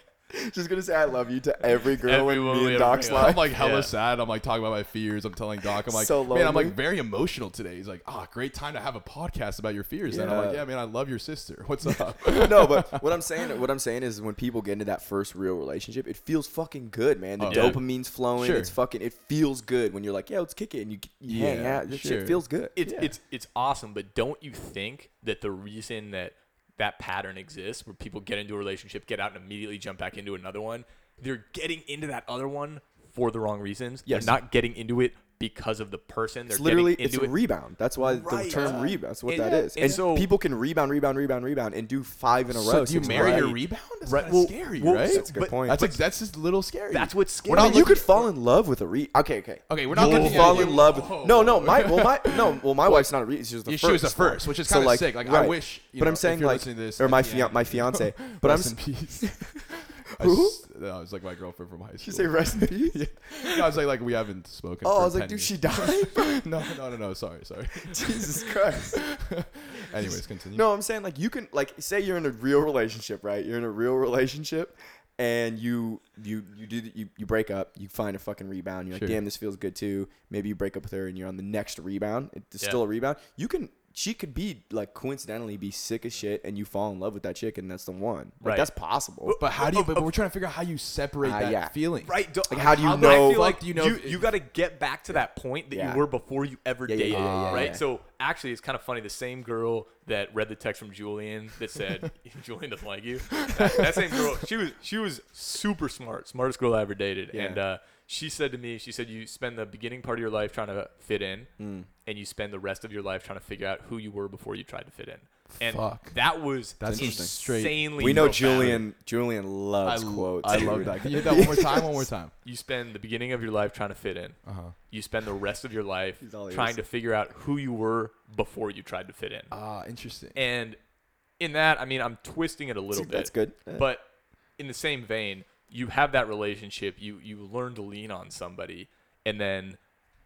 Speaker 1: Just gonna say I love you to every girl in
Speaker 3: Everyone we
Speaker 1: me and
Speaker 3: ever
Speaker 1: Doc's
Speaker 3: hang out.
Speaker 1: life.
Speaker 2: I'm like hella
Speaker 3: Yeah.
Speaker 2: sad. I'm like talking about my fears. I'm telling Doc, I'm like,
Speaker 1: So
Speaker 2: man, I'm
Speaker 1: lonely.
Speaker 2: like very emotional today. He's like, ah, great time to have a podcast about your fears. And I'm like,
Speaker 1: Yeah.
Speaker 2: yeah, man, I love your sister. What's up?
Speaker 1: no, but what I'm saying, what I'm saying is, when people get into that first real relationship, it feels fucking good, man. The
Speaker 2: Oh,
Speaker 3: yeah.
Speaker 1: dopamine's flowing.
Speaker 2: Sure.
Speaker 1: It's fucking. It feels good when you're like, yeah, let's kick it, and you, you hang
Speaker 2: Yeah,
Speaker 1: out. This
Speaker 2: sure.
Speaker 1: shit feels good.
Speaker 3: it's it's it's awesome but don't you think that the reason that that pattern exists where people get into a relationship get out and immediately jump back into another one they're getting into that other one for the wrong reasons
Speaker 1: Yes.
Speaker 3: they're not getting into it because of the person they're
Speaker 1: it's literally
Speaker 3: getting
Speaker 1: it's
Speaker 3: into
Speaker 1: a
Speaker 3: it
Speaker 1: rebound. That's why the
Speaker 3: Right.
Speaker 1: term rebound. That's what
Speaker 3: And-
Speaker 1: that is.
Speaker 3: and
Speaker 1: And,
Speaker 3: so-
Speaker 1: people can rebound, rebound, rebound, rebound, and do five in a
Speaker 2: so
Speaker 1: row.
Speaker 2: do you
Speaker 1: six in a
Speaker 2: marry
Speaker 1: row.
Speaker 2: your rebound? That's
Speaker 3: Right,
Speaker 2: right.
Speaker 3: well-
Speaker 2: scary,
Speaker 3: well,
Speaker 2: right?
Speaker 1: That's a good
Speaker 3: But-
Speaker 1: point.
Speaker 2: That's like that's just a little scary.
Speaker 3: that's what's scary
Speaker 1: But you
Speaker 2: looking-
Speaker 1: could fall in love with a re. Okay, okay.
Speaker 2: Okay, we're not
Speaker 1: You
Speaker 2: looking
Speaker 1: could
Speaker 2: at
Speaker 1: fall
Speaker 2: you.
Speaker 1: in love.
Speaker 2: Whoa.
Speaker 1: With, no, no, my well, my no, well, my wife's not a re. She was the
Speaker 2: Yeah,
Speaker 1: first.
Speaker 2: she was the first, which is
Speaker 1: So,
Speaker 2: kinda
Speaker 1: like,
Speaker 2: sick. Like, I
Speaker 1: right.
Speaker 2: wish, you
Speaker 1: but
Speaker 2: know,
Speaker 1: I'm
Speaker 2: if
Speaker 1: saying
Speaker 2: you're
Speaker 1: like,
Speaker 2: listening to this
Speaker 1: or
Speaker 2: at
Speaker 1: my
Speaker 2: the
Speaker 1: fian-
Speaker 2: end,
Speaker 1: my
Speaker 2: you know.
Speaker 1: fiance. But I'm
Speaker 2: Rest
Speaker 1: s-
Speaker 2: in peace.
Speaker 1: Who?
Speaker 2: that was like my girlfriend from high school.
Speaker 1: you say rest in peace.
Speaker 2: No, I was like, like we haven't spoken.
Speaker 1: Oh,
Speaker 2: for
Speaker 1: I was
Speaker 2: 10
Speaker 1: like, dude,
Speaker 2: years.
Speaker 1: she died.
Speaker 2: No, no, no, no. Sorry, sorry.
Speaker 1: Jesus Christ.
Speaker 2: Anyways, continue.
Speaker 1: No, I'm saying like you can like say you're in a real relationship, right? You're in a real relationship, and you you you do you, you break up. You find a fucking rebound. You're
Speaker 2: Sure.
Speaker 1: like, damn, this feels good too. Maybe you break up with her, and you're on the next rebound. It's
Speaker 3: Yeah.
Speaker 1: still a rebound. You can. She could be like coincidentally be sick as shit, and you fall in love with that chick, and that's the one. Like
Speaker 3: Right.
Speaker 1: that's possible.
Speaker 2: But how do you? But we're trying to figure out how you separate
Speaker 1: Ah,
Speaker 2: that
Speaker 1: yeah.
Speaker 2: feeling.
Speaker 3: right do-
Speaker 1: Like, how do you
Speaker 3: but I
Speaker 1: know-
Speaker 3: feel like
Speaker 2: Fuck,
Speaker 3: you
Speaker 2: you know-
Speaker 3: you, got to get back to that point that
Speaker 1: Yeah.
Speaker 3: you were before you ever
Speaker 1: Yeah, yeah,
Speaker 3: dated
Speaker 1: yeah, yeah, yeah,
Speaker 3: right
Speaker 1: yeah.
Speaker 3: so actually it's kind of funny the same girl that read the text from Julian that said Julian doesn't like you that, that same girl she was she was super smart smartest girl I ever dated
Speaker 1: Yeah.
Speaker 3: and uh she said to me, she said, you spend the beginning part of your life trying to fit in,
Speaker 1: Mm.
Speaker 3: and you spend the rest of your life trying to figure out who you were before you tried to fit in. And
Speaker 2: Fuck.
Speaker 3: that was
Speaker 2: That's
Speaker 3: that's
Speaker 2: interesting. Straight-
Speaker 3: insanely.
Speaker 1: We know
Speaker 3: profound.
Speaker 1: Julian. Julian loves
Speaker 2: I,
Speaker 1: quotes.
Speaker 2: I
Speaker 1: dude.
Speaker 2: love that. Can you hit that one more time? One more time.
Speaker 3: You spend the beginning of your life trying to fit in.
Speaker 2: Uh huh.
Speaker 3: You spend the rest of your life
Speaker 1: He's all ears.
Speaker 3: trying to figure out who you were before you tried to fit in.
Speaker 2: Ah, interesting.
Speaker 3: And in that, I mean, I'm twisting it a little bit.
Speaker 1: That's good. Yeah.
Speaker 3: But in the same vein, you have that relationship. You you learn to lean on somebody, and then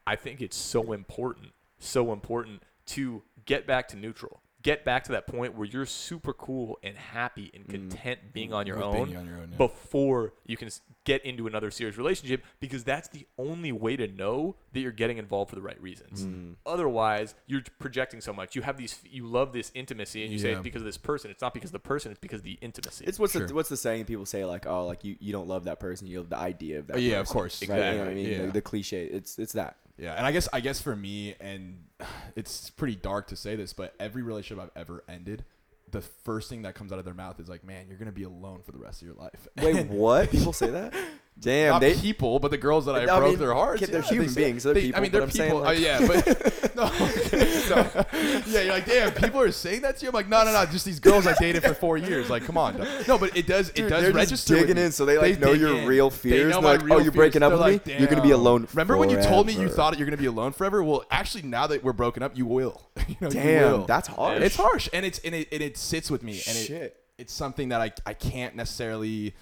Speaker 3: I think it's so important, so important to get back to neutral, get back to that point where you're super cool and happy and content being on your
Speaker 2: Mm. With
Speaker 3: own
Speaker 2: being on your own, yeah.
Speaker 3: before you can s- get into another serious relationship because that's the only way to know that you're getting involved for the right reasons.
Speaker 2: Mm.
Speaker 3: Otherwise, you're projecting so much. You have these, you love this intimacy, and you say
Speaker 2: Yeah.
Speaker 3: it's because of this person. It's not because of the person. It's because of the intimacy.
Speaker 1: It's what's
Speaker 2: Sure.
Speaker 1: the what's the saying people say like oh like you, you don't love that person you love the idea of that
Speaker 2: Oh, yeah, of
Speaker 1: person.
Speaker 2: course.
Speaker 1: Right? You know what I
Speaker 2: Exactly.
Speaker 1: mean
Speaker 2: Yeah.
Speaker 1: the, the cliche it's it's that
Speaker 2: Yeah, and I guess I guess for me, and it's pretty dark to say this, but every relationship I've ever ended, the first thing that comes out of their mouth is like, "Man, you're gonna be alone for the rest of your life."
Speaker 1: wait what people say that damn
Speaker 2: Not
Speaker 1: they
Speaker 2: people, but the girls that I,
Speaker 1: I
Speaker 2: broke
Speaker 1: mean,
Speaker 2: their hearts.
Speaker 1: kid, they're
Speaker 2: yeah, they
Speaker 1: human
Speaker 2: say-
Speaker 1: beings, they're
Speaker 2: they- I
Speaker 1: people,
Speaker 2: mean, they're
Speaker 1: but I'm saying,
Speaker 2: people.
Speaker 1: like-
Speaker 2: oh, yeah, but no, no. yeah, you're like, damn, people are saying that to you. I'm like, no, no, no, just these girls I dated for four years. Like, come on, no, but it does, it
Speaker 1: Dude,
Speaker 2: does
Speaker 1: they're just
Speaker 2: register. with
Speaker 1: digging
Speaker 2: me.
Speaker 1: in, so they, like, know
Speaker 2: dig
Speaker 1: your
Speaker 2: in.
Speaker 1: real
Speaker 2: They
Speaker 1: fears,
Speaker 2: know
Speaker 1: and they're
Speaker 2: my
Speaker 1: like,
Speaker 2: real
Speaker 1: "Oh, you're
Speaker 2: fears."
Speaker 1: breaking up
Speaker 2: They're
Speaker 1: with
Speaker 2: like,
Speaker 1: me? You're gonna be
Speaker 2: damn.
Speaker 1: alone
Speaker 2: Remember when you told me you
Speaker 1: forever.
Speaker 2: thought you're gonna be alone forever? Well, actually, now that we're broken up, you will. you know, you
Speaker 1: damn
Speaker 2: will.
Speaker 1: that's hard
Speaker 2: It's harsh, and it's and it, and it sits with me, and it,
Speaker 1: Shit.
Speaker 2: it's something that I I can't necessarily.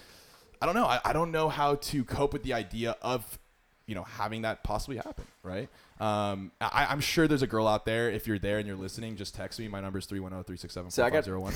Speaker 2: I don't know. I, I don't know how to cope with the idea of, you know, having that possibly happen. Right. Um. I, I'm sure there's a girl out there. If you're there and you're listening, just text me. My number is three one zero three six seven
Speaker 1: So
Speaker 2: four
Speaker 1: I
Speaker 2: five
Speaker 1: got-
Speaker 2: zero one.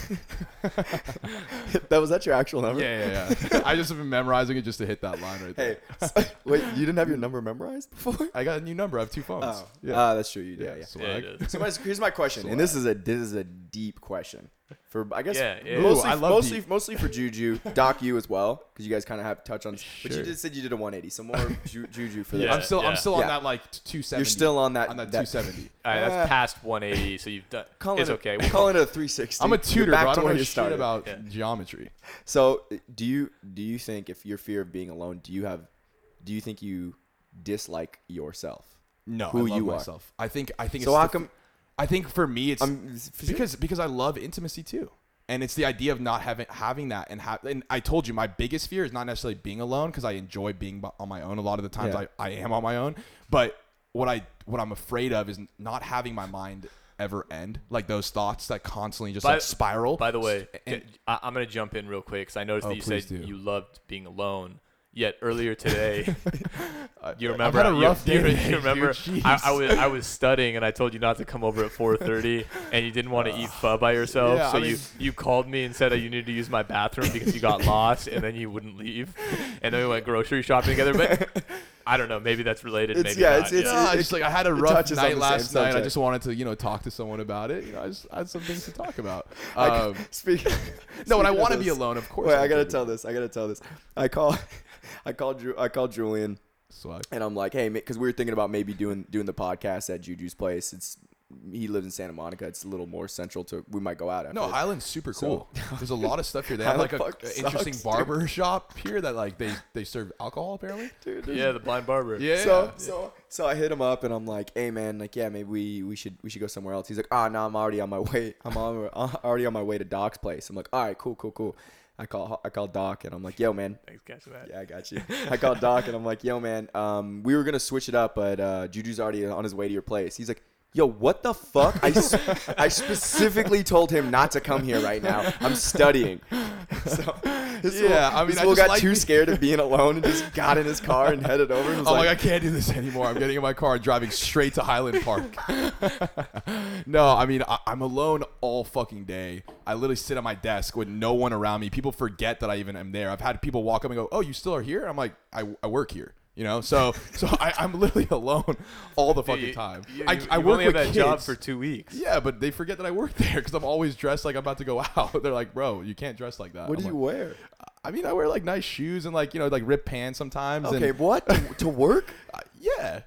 Speaker 1: that was that your actual number
Speaker 2: Yeah, yeah, yeah. I just have been memorizing it just to hit that line right there.
Speaker 1: hey wait you didn't have your number memorized before
Speaker 2: I got a new number. I have two phones.
Speaker 1: oh
Speaker 2: Yeah.
Speaker 1: Ah, that's true you did yeah, yeah.
Speaker 3: Yeah,
Speaker 2: swag.
Speaker 3: it is.
Speaker 1: So my, here's my question, and this is a this is a deep question for I guess
Speaker 3: Yeah, yeah.
Speaker 1: mostly
Speaker 2: Ooh, I love
Speaker 1: mostly
Speaker 2: deep.
Speaker 1: mostly for Juju, Doc you as well, because you guys kind of have to touch on. But
Speaker 2: Sure.
Speaker 1: you just said you did a 180, so more ju- Juju for
Speaker 3: Yeah.
Speaker 2: I'm
Speaker 1: that.
Speaker 2: still, I'm
Speaker 3: yeah.
Speaker 2: still on
Speaker 1: Yeah.
Speaker 2: that like 270.
Speaker 1: You're still on that
Speaker 2: on that,
Speaker 1: that-
Speaker 2: 270.
Speaker 3: All right,
Speaker 1: Uh,
Speaker 3: that's past 180, so you've done.
Speaker 1: Call
Speaker 3: it's
Speaker 1: it a-
Speaker 3: okay.
Speaker 1: Call it a 360.
Speaker 2: I'm a
Speaker 1: You're
Speaker 2: tutor, bro.
Speaker 1: back
Speaker 2: I
Speaker 1: to
Speaker 2: don't
Speaker 1: where
Speaker 2: know
Speaker 1: you
Speaker 2: shit
Speaker 1: started.
Speaker 2: about
Speaker 3: Yeah.
Speaker 2: geometry.
Speaker 1: So do you do you think if your fear of being alone, do you have, do you think you dislike yourself?
Speaker 2: No,
Speaker 1: Who
Speaker 2: I love
Speaker 1: you are.
Speaker 2: myself. I think. I think.
Speaker 1: So
Speaker 2: it's
Speaker 1: how
Speaker 2: the-
Speaker 1: come-
Speaker 2: I think for me, it's
Speaker 1: I'm
Speaker 2: because because I love intimacy too, and it's the idea of not having having that and ha- and I told you my biggest fear is not necessarily being alone because I enjoy being b- on my own. A lot of the times
Speaker 1: Yeah.
Speaker 2: I, I am on my own, but what I what I'm afraid of is not having my mind ever end like those thoughts that constantly just
Speaker 3: By-
Speaker 2: like spiral.
Speaker 3: By the way,
Speaker 2: and-
Speaker 3: ca- I, am gonna jump in real quick because I noticed
Speaker 2: Oh,
Speaker 3: that you
Speaker 2: please
Speaker 3: said
Speaker 2: do.
Speaker 3: you loved being alone. Yet earlier today, you remember
Speaker 2: had a rough
Speaker 3: you,
Speaker 2: day
Speaker 3: you
Speaker 2: today, dude.
Speaker 3: remember I,
Speaker 2: Jeez.
Speaker 3: I was I was studying and I told you not to come over at 4:30 and you didn't want to eat pho by yourself,
Speaker 2: Yeah,
Speaker 3: so
Speaker 2: I mean-
Speaker 3: you you called me and said that you needed to use my bathroom because you got lost and then you wouldn't leave, and then we went grocery shopping together. But I don't know, maybe that's related.
Speaker 1: It's-
Speaker 3: maybe
Speaker 1: yeah, it's-
Speaker 3: not.
Speaker 1: it's-
Speaker 2: No,
Speaker 1: it-
Speaker 2: I just like I had a rough
Speaker 1: touches on
Speaker 2: night
Speaker 1: the
Speaker 2: last
Speaker 1: same
Speaker 2: night. I
Speaker 1: subject.
Speaker 2: just wanted to, you know, talk to someone about it. You know, I just I had some things to talk about.
Speaker 1: I,
Speaker 2: Um,
Speaker 1: speak,
Speaker 2: no, and I
Speaker 1: speaking of
Speaker 2: want to be
Speaker 1: this-
Speaker 2: alone, of course.
Speaker 1: Wait,
Speaker 2: I'm
Speaker 1: I gotta
Speaker 2: doing
Speaker 1: tell this. I gotta tell this. I call, I called Ju- I called Julian.
Speaker 2: it. Swag.
Speaker 1: and I'm like, hey, because we were thinking about maybe doing doing the podcast at Juju's place. It's he lives in Santa Monica. It's a little more central to. We might go out after.
Speaker 2: No,
Speaker 1: this.
Speaker 2: Highland's super
Speaker 1: So-
Speaker 2: cool. There's a lot of stuff here. They have like
Speaker 1: Highland
Speaker 2: a
Speaker 1: fuck
Speaker 2: a interesting
Speaker 1: sucks,
Speaker 2: barber shop here that like they they serve alcohol apparently.
Speaker 1: Dude, there's-
Speaker 3: yeah, the blind barber.
Speaker 2: Yeah.
Speaker 1: So so so I hit him up and I'm like, hey man, like yeah, maybe we, we should we should go somewhere else. He's like, ah, no, I'm already on my way. I'm on, I'm already on my way to Doc's place. I'm like, all right, cool, cool, cool. I call I call Doc and I'm like, yo man,
Speaker 3: Thanks, guys, for that.
Speaker 1: Yeah, I got you. I called Doc and I'm like, yo, man, um, we were gonna switch it up, but uh, Juju's already on his way to your place. He's like, yo, what the fuck? I, s- I specifically told him not to come here right now. I'm studying. So this
Speaker 2: Yeah,
Speaker 1: fool-
Speaker 2: I mean,
Speaker 1: this
Speaker 2: I
Speaker 1: fool
Speaker 2: just
Speaker 1: got
Speaker 2: like-
Speaker 1: too scared of being alone and just got in his car and headed over. And was
Speaker 2: I'm like,
Speaker 1: like,
Speaker 2: I can't do this anymore. I'm getting in my car and driving straight to Highland Park. no, I mean, I, I'm alone all fucking day. I literally sit at my desk with no one around me. People forget that I even am there. I've had people walk up and go, "Oh, you still are here?" I'm like, "I, I work here." You know, so so I, I'm literally alone all the fucking
Speaker 3: You-
Speaker 2: time.
Speaker 3: you-
Speaker 2: I,
Speaker 3: you-
Speaker 2: I
Speaker 3: you've
Speaker 2: work
Speaker 3: only
Speaker 2: with
Speaker 3: had that job
Speaker 2: kids.
Speaker 3: for two weeks.
Speaker 2: Yeah, but they forget that I work there because I'm always dressed like I'm about to go out. They're like, "Bro, you can't dress like that."
Speaker 1: what
Speaker 2: I'm
Speaker 1: do you
Speaker 2: like,
Speaker 1: wear?
Speaker 2: I mean, I wear like nice shoes and like you know like ripped pants sometimes.
Speaker 1: Okay,
Speaker 2: and,
Speaker 1: what to, to work?
Speaker 2: uh, yeah,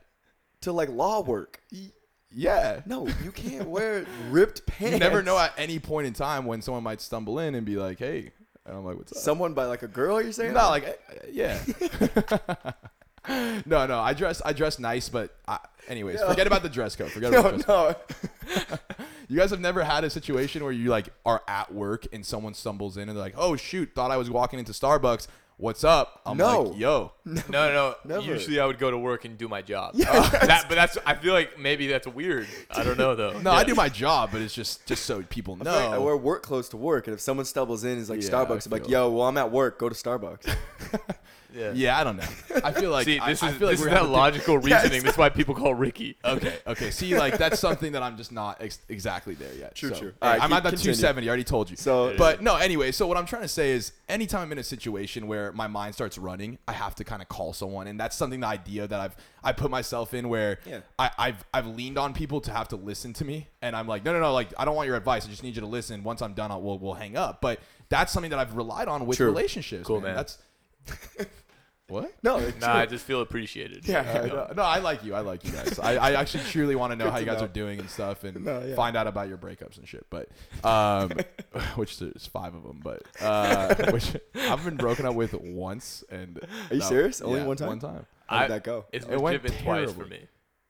Speaker 1: To like law work?
Speaker 2: Y- yeah.
Speaker 1: No, you can't wear ripped pants.
Speaker 2: You never know at any point in time when someone might stumble in and be like, "Hey," and I'm like, "What's up?"
Speaker 1: Someone by like a girl, you're saying?
Speaker 2: Not like, eh, eh, yeah. no, no. I dress I dress nice, but I, anyways, forget about the dress code. Forget about the
Speaker 1: No,
Speaker 2: dress
Speaker 1: no.
Speaker 2: code. You guys have never had a situation where you like are at work and someone stumbles in and they're like, "Oh shoot, thought I was walking into Starbucks. What's up?" I'm
Speaker 1: No.
Speaker 2: like, "Yo." No.
Speaker 3: No, no.
Speaker 1: Never.
Speaker 3: Usually, I would go to work and do my job. Uh, that, but that's. I feel like maybe that's weird. I don't know though.
Speaker 2: I do my job, but it's just just so people know.
Speaker 1: I wear work clothes to work, and if someone stumbles in, is like
Speaker 2: Yeah, I
Speaker 1: Starbucks. I'm like,
Speaker 2: feel-
Speaker 1: yo, well, I'm at work. Go to Starbucks.
Speaker 3: Yeah.
Speaker 2: yeah, I don't know. I feel like
Speaker 3: See, this
Speaker 2: I, I
Speaker 3: is
Speaker 2: feel like
Speaker 3: this is
Speaker 2: we're
Speaker 3: that
Speaker 2: having a
Speaker 3: logical reasoning. That's why people call Ricky.
Speaker 2: Okay. Okay. See, like that's something that I'm just not ex- exactly there yet.
Speaker 1: True,
Speaker 2: So,
Speaker 1: true.
Speaker 2: hey,
Speaker 1: All right,
Speaker 2: I'm
Speaker 1: keep-
Speaker 2: at that
Speaker 1: continue.
Speaker 2: 270. I already told you.
Speaker 1: So- Yeah.
Speaker 2: but no. Anyway, so what I'm trying to say is, anytime I'm in a situation where my mind starts running, I have to kind of call someone, and that's something the idea that I've I put myself in where
Speaker 1: Yeah.
Speaker 2: I, I've I've leaned on people to have to listen to me, and I'm like, no, no, no. Like I don't want your advice. I just need you to listen. Once I'm done, I'll, we'll we'll hang up. But that's something that I've relied on with
Speaker 1: True.
Speaker 2: relationships.
Speaker 3: Cool, man.
Speaker 2: That's what.
Speaker 1: no, it's
Speaker 3: Nah, I just feel appreciated.
Speaker 2: Yeah, Uh, no, no, I like you. I like you guys. I, I actually truly want to know how you guys are doing and stuff, and
Speaker 1: yeah.
Speaker 2: find out about your breakups and shit. But um, which there's five of them, but uh, which I've been broken up with once. And
Speaker 1: Are you serious? Only
Speaker 2: yeah,
Speaker 1: one time?
Speaker 2: One time.
Speaker 1: how
Speaker 3: I-
Speaker 1: did that go?
Speaker 3: It's
Speaker 2: It
Speaker 3: legit
Speaker 2: went
Speaker 3: been twice
Speaker 2: terrible.
Speaker 3: for me.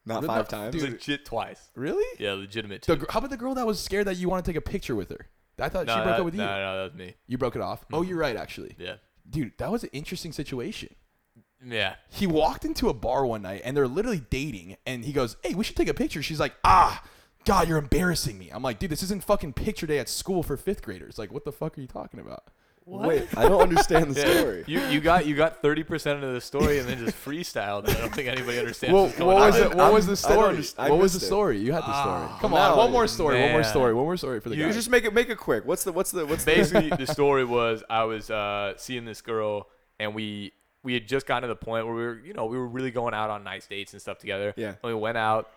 Speaker 1: Not
Speaker 2: the-
Speaker 1: five
Speaker 2: the-
Speaker 1: times.
Speaker 2: dude.
Speaker 3: Legit twice.
Speaker 2: Really?
Speaker 3: Yeah, legitimate.
Speaker 2: The
Speaker 3: too.
Speaker 2: gr- how about the girl that was scared that you want to take a picture with her? I thought
Speaker 3: No,
Speaker 2: she broke
Speaker 3: that-
Speaker 2: up with you.
Speaker 3: no, no, that was me.
Speaker 2: You broke it off. Oh, you're right, actually.
Speaker 3: Yeah.
Speaker 2: Dude, that was an interesting situation.
Speaker 3: Yeah.
Speaker 2: he walked into a bar one night and they're literally dating and he goes hey we should take a picture she's like ah god you're embarrassing me i'm like dude this isn't fucking picture day at school for fifth graders like what the fuck are you talking about
Speaker 1: Wait, I don't understand the
Speaker 3: Yeah.
Speaker 1: story.
Speaker 3: You you got you got thirty percent of the story and then just freestyled. it. I don't think anybody understands.
Speaker 2: well,
Speaker 3: what's
Speaker 2: what
Speaker 3: going
Speaker 2: was
Speaker 3: on.
Speaker 2: it? What was
Speaker 1: I'm-
Speaker 2: the
Speaker 1: I don't
Speaker 2: story?
Speaker 1: underst- I
Speaker 2: What was the
Speaker 1: missed it.
Speaker 2: story? You had the story. Come
Speaker 1: Ah,
Speaker 2: on, one
Speaker 1: no,
Speaker 2: more story. One more
Speaker 3: man.
Speaker 2: story. One more story for the
Speaker 1: You
Speaker 2: guys.
Speaker 1: just make it make it quick. What's the what's the what's the
Speaker 3: basically the story was I was uh, seeing this girl and we we had just gotten to the point where we were you know we were really going out on nice dates and stuff together.
Speaker 1: Yeah.
Speaker 3: And we went out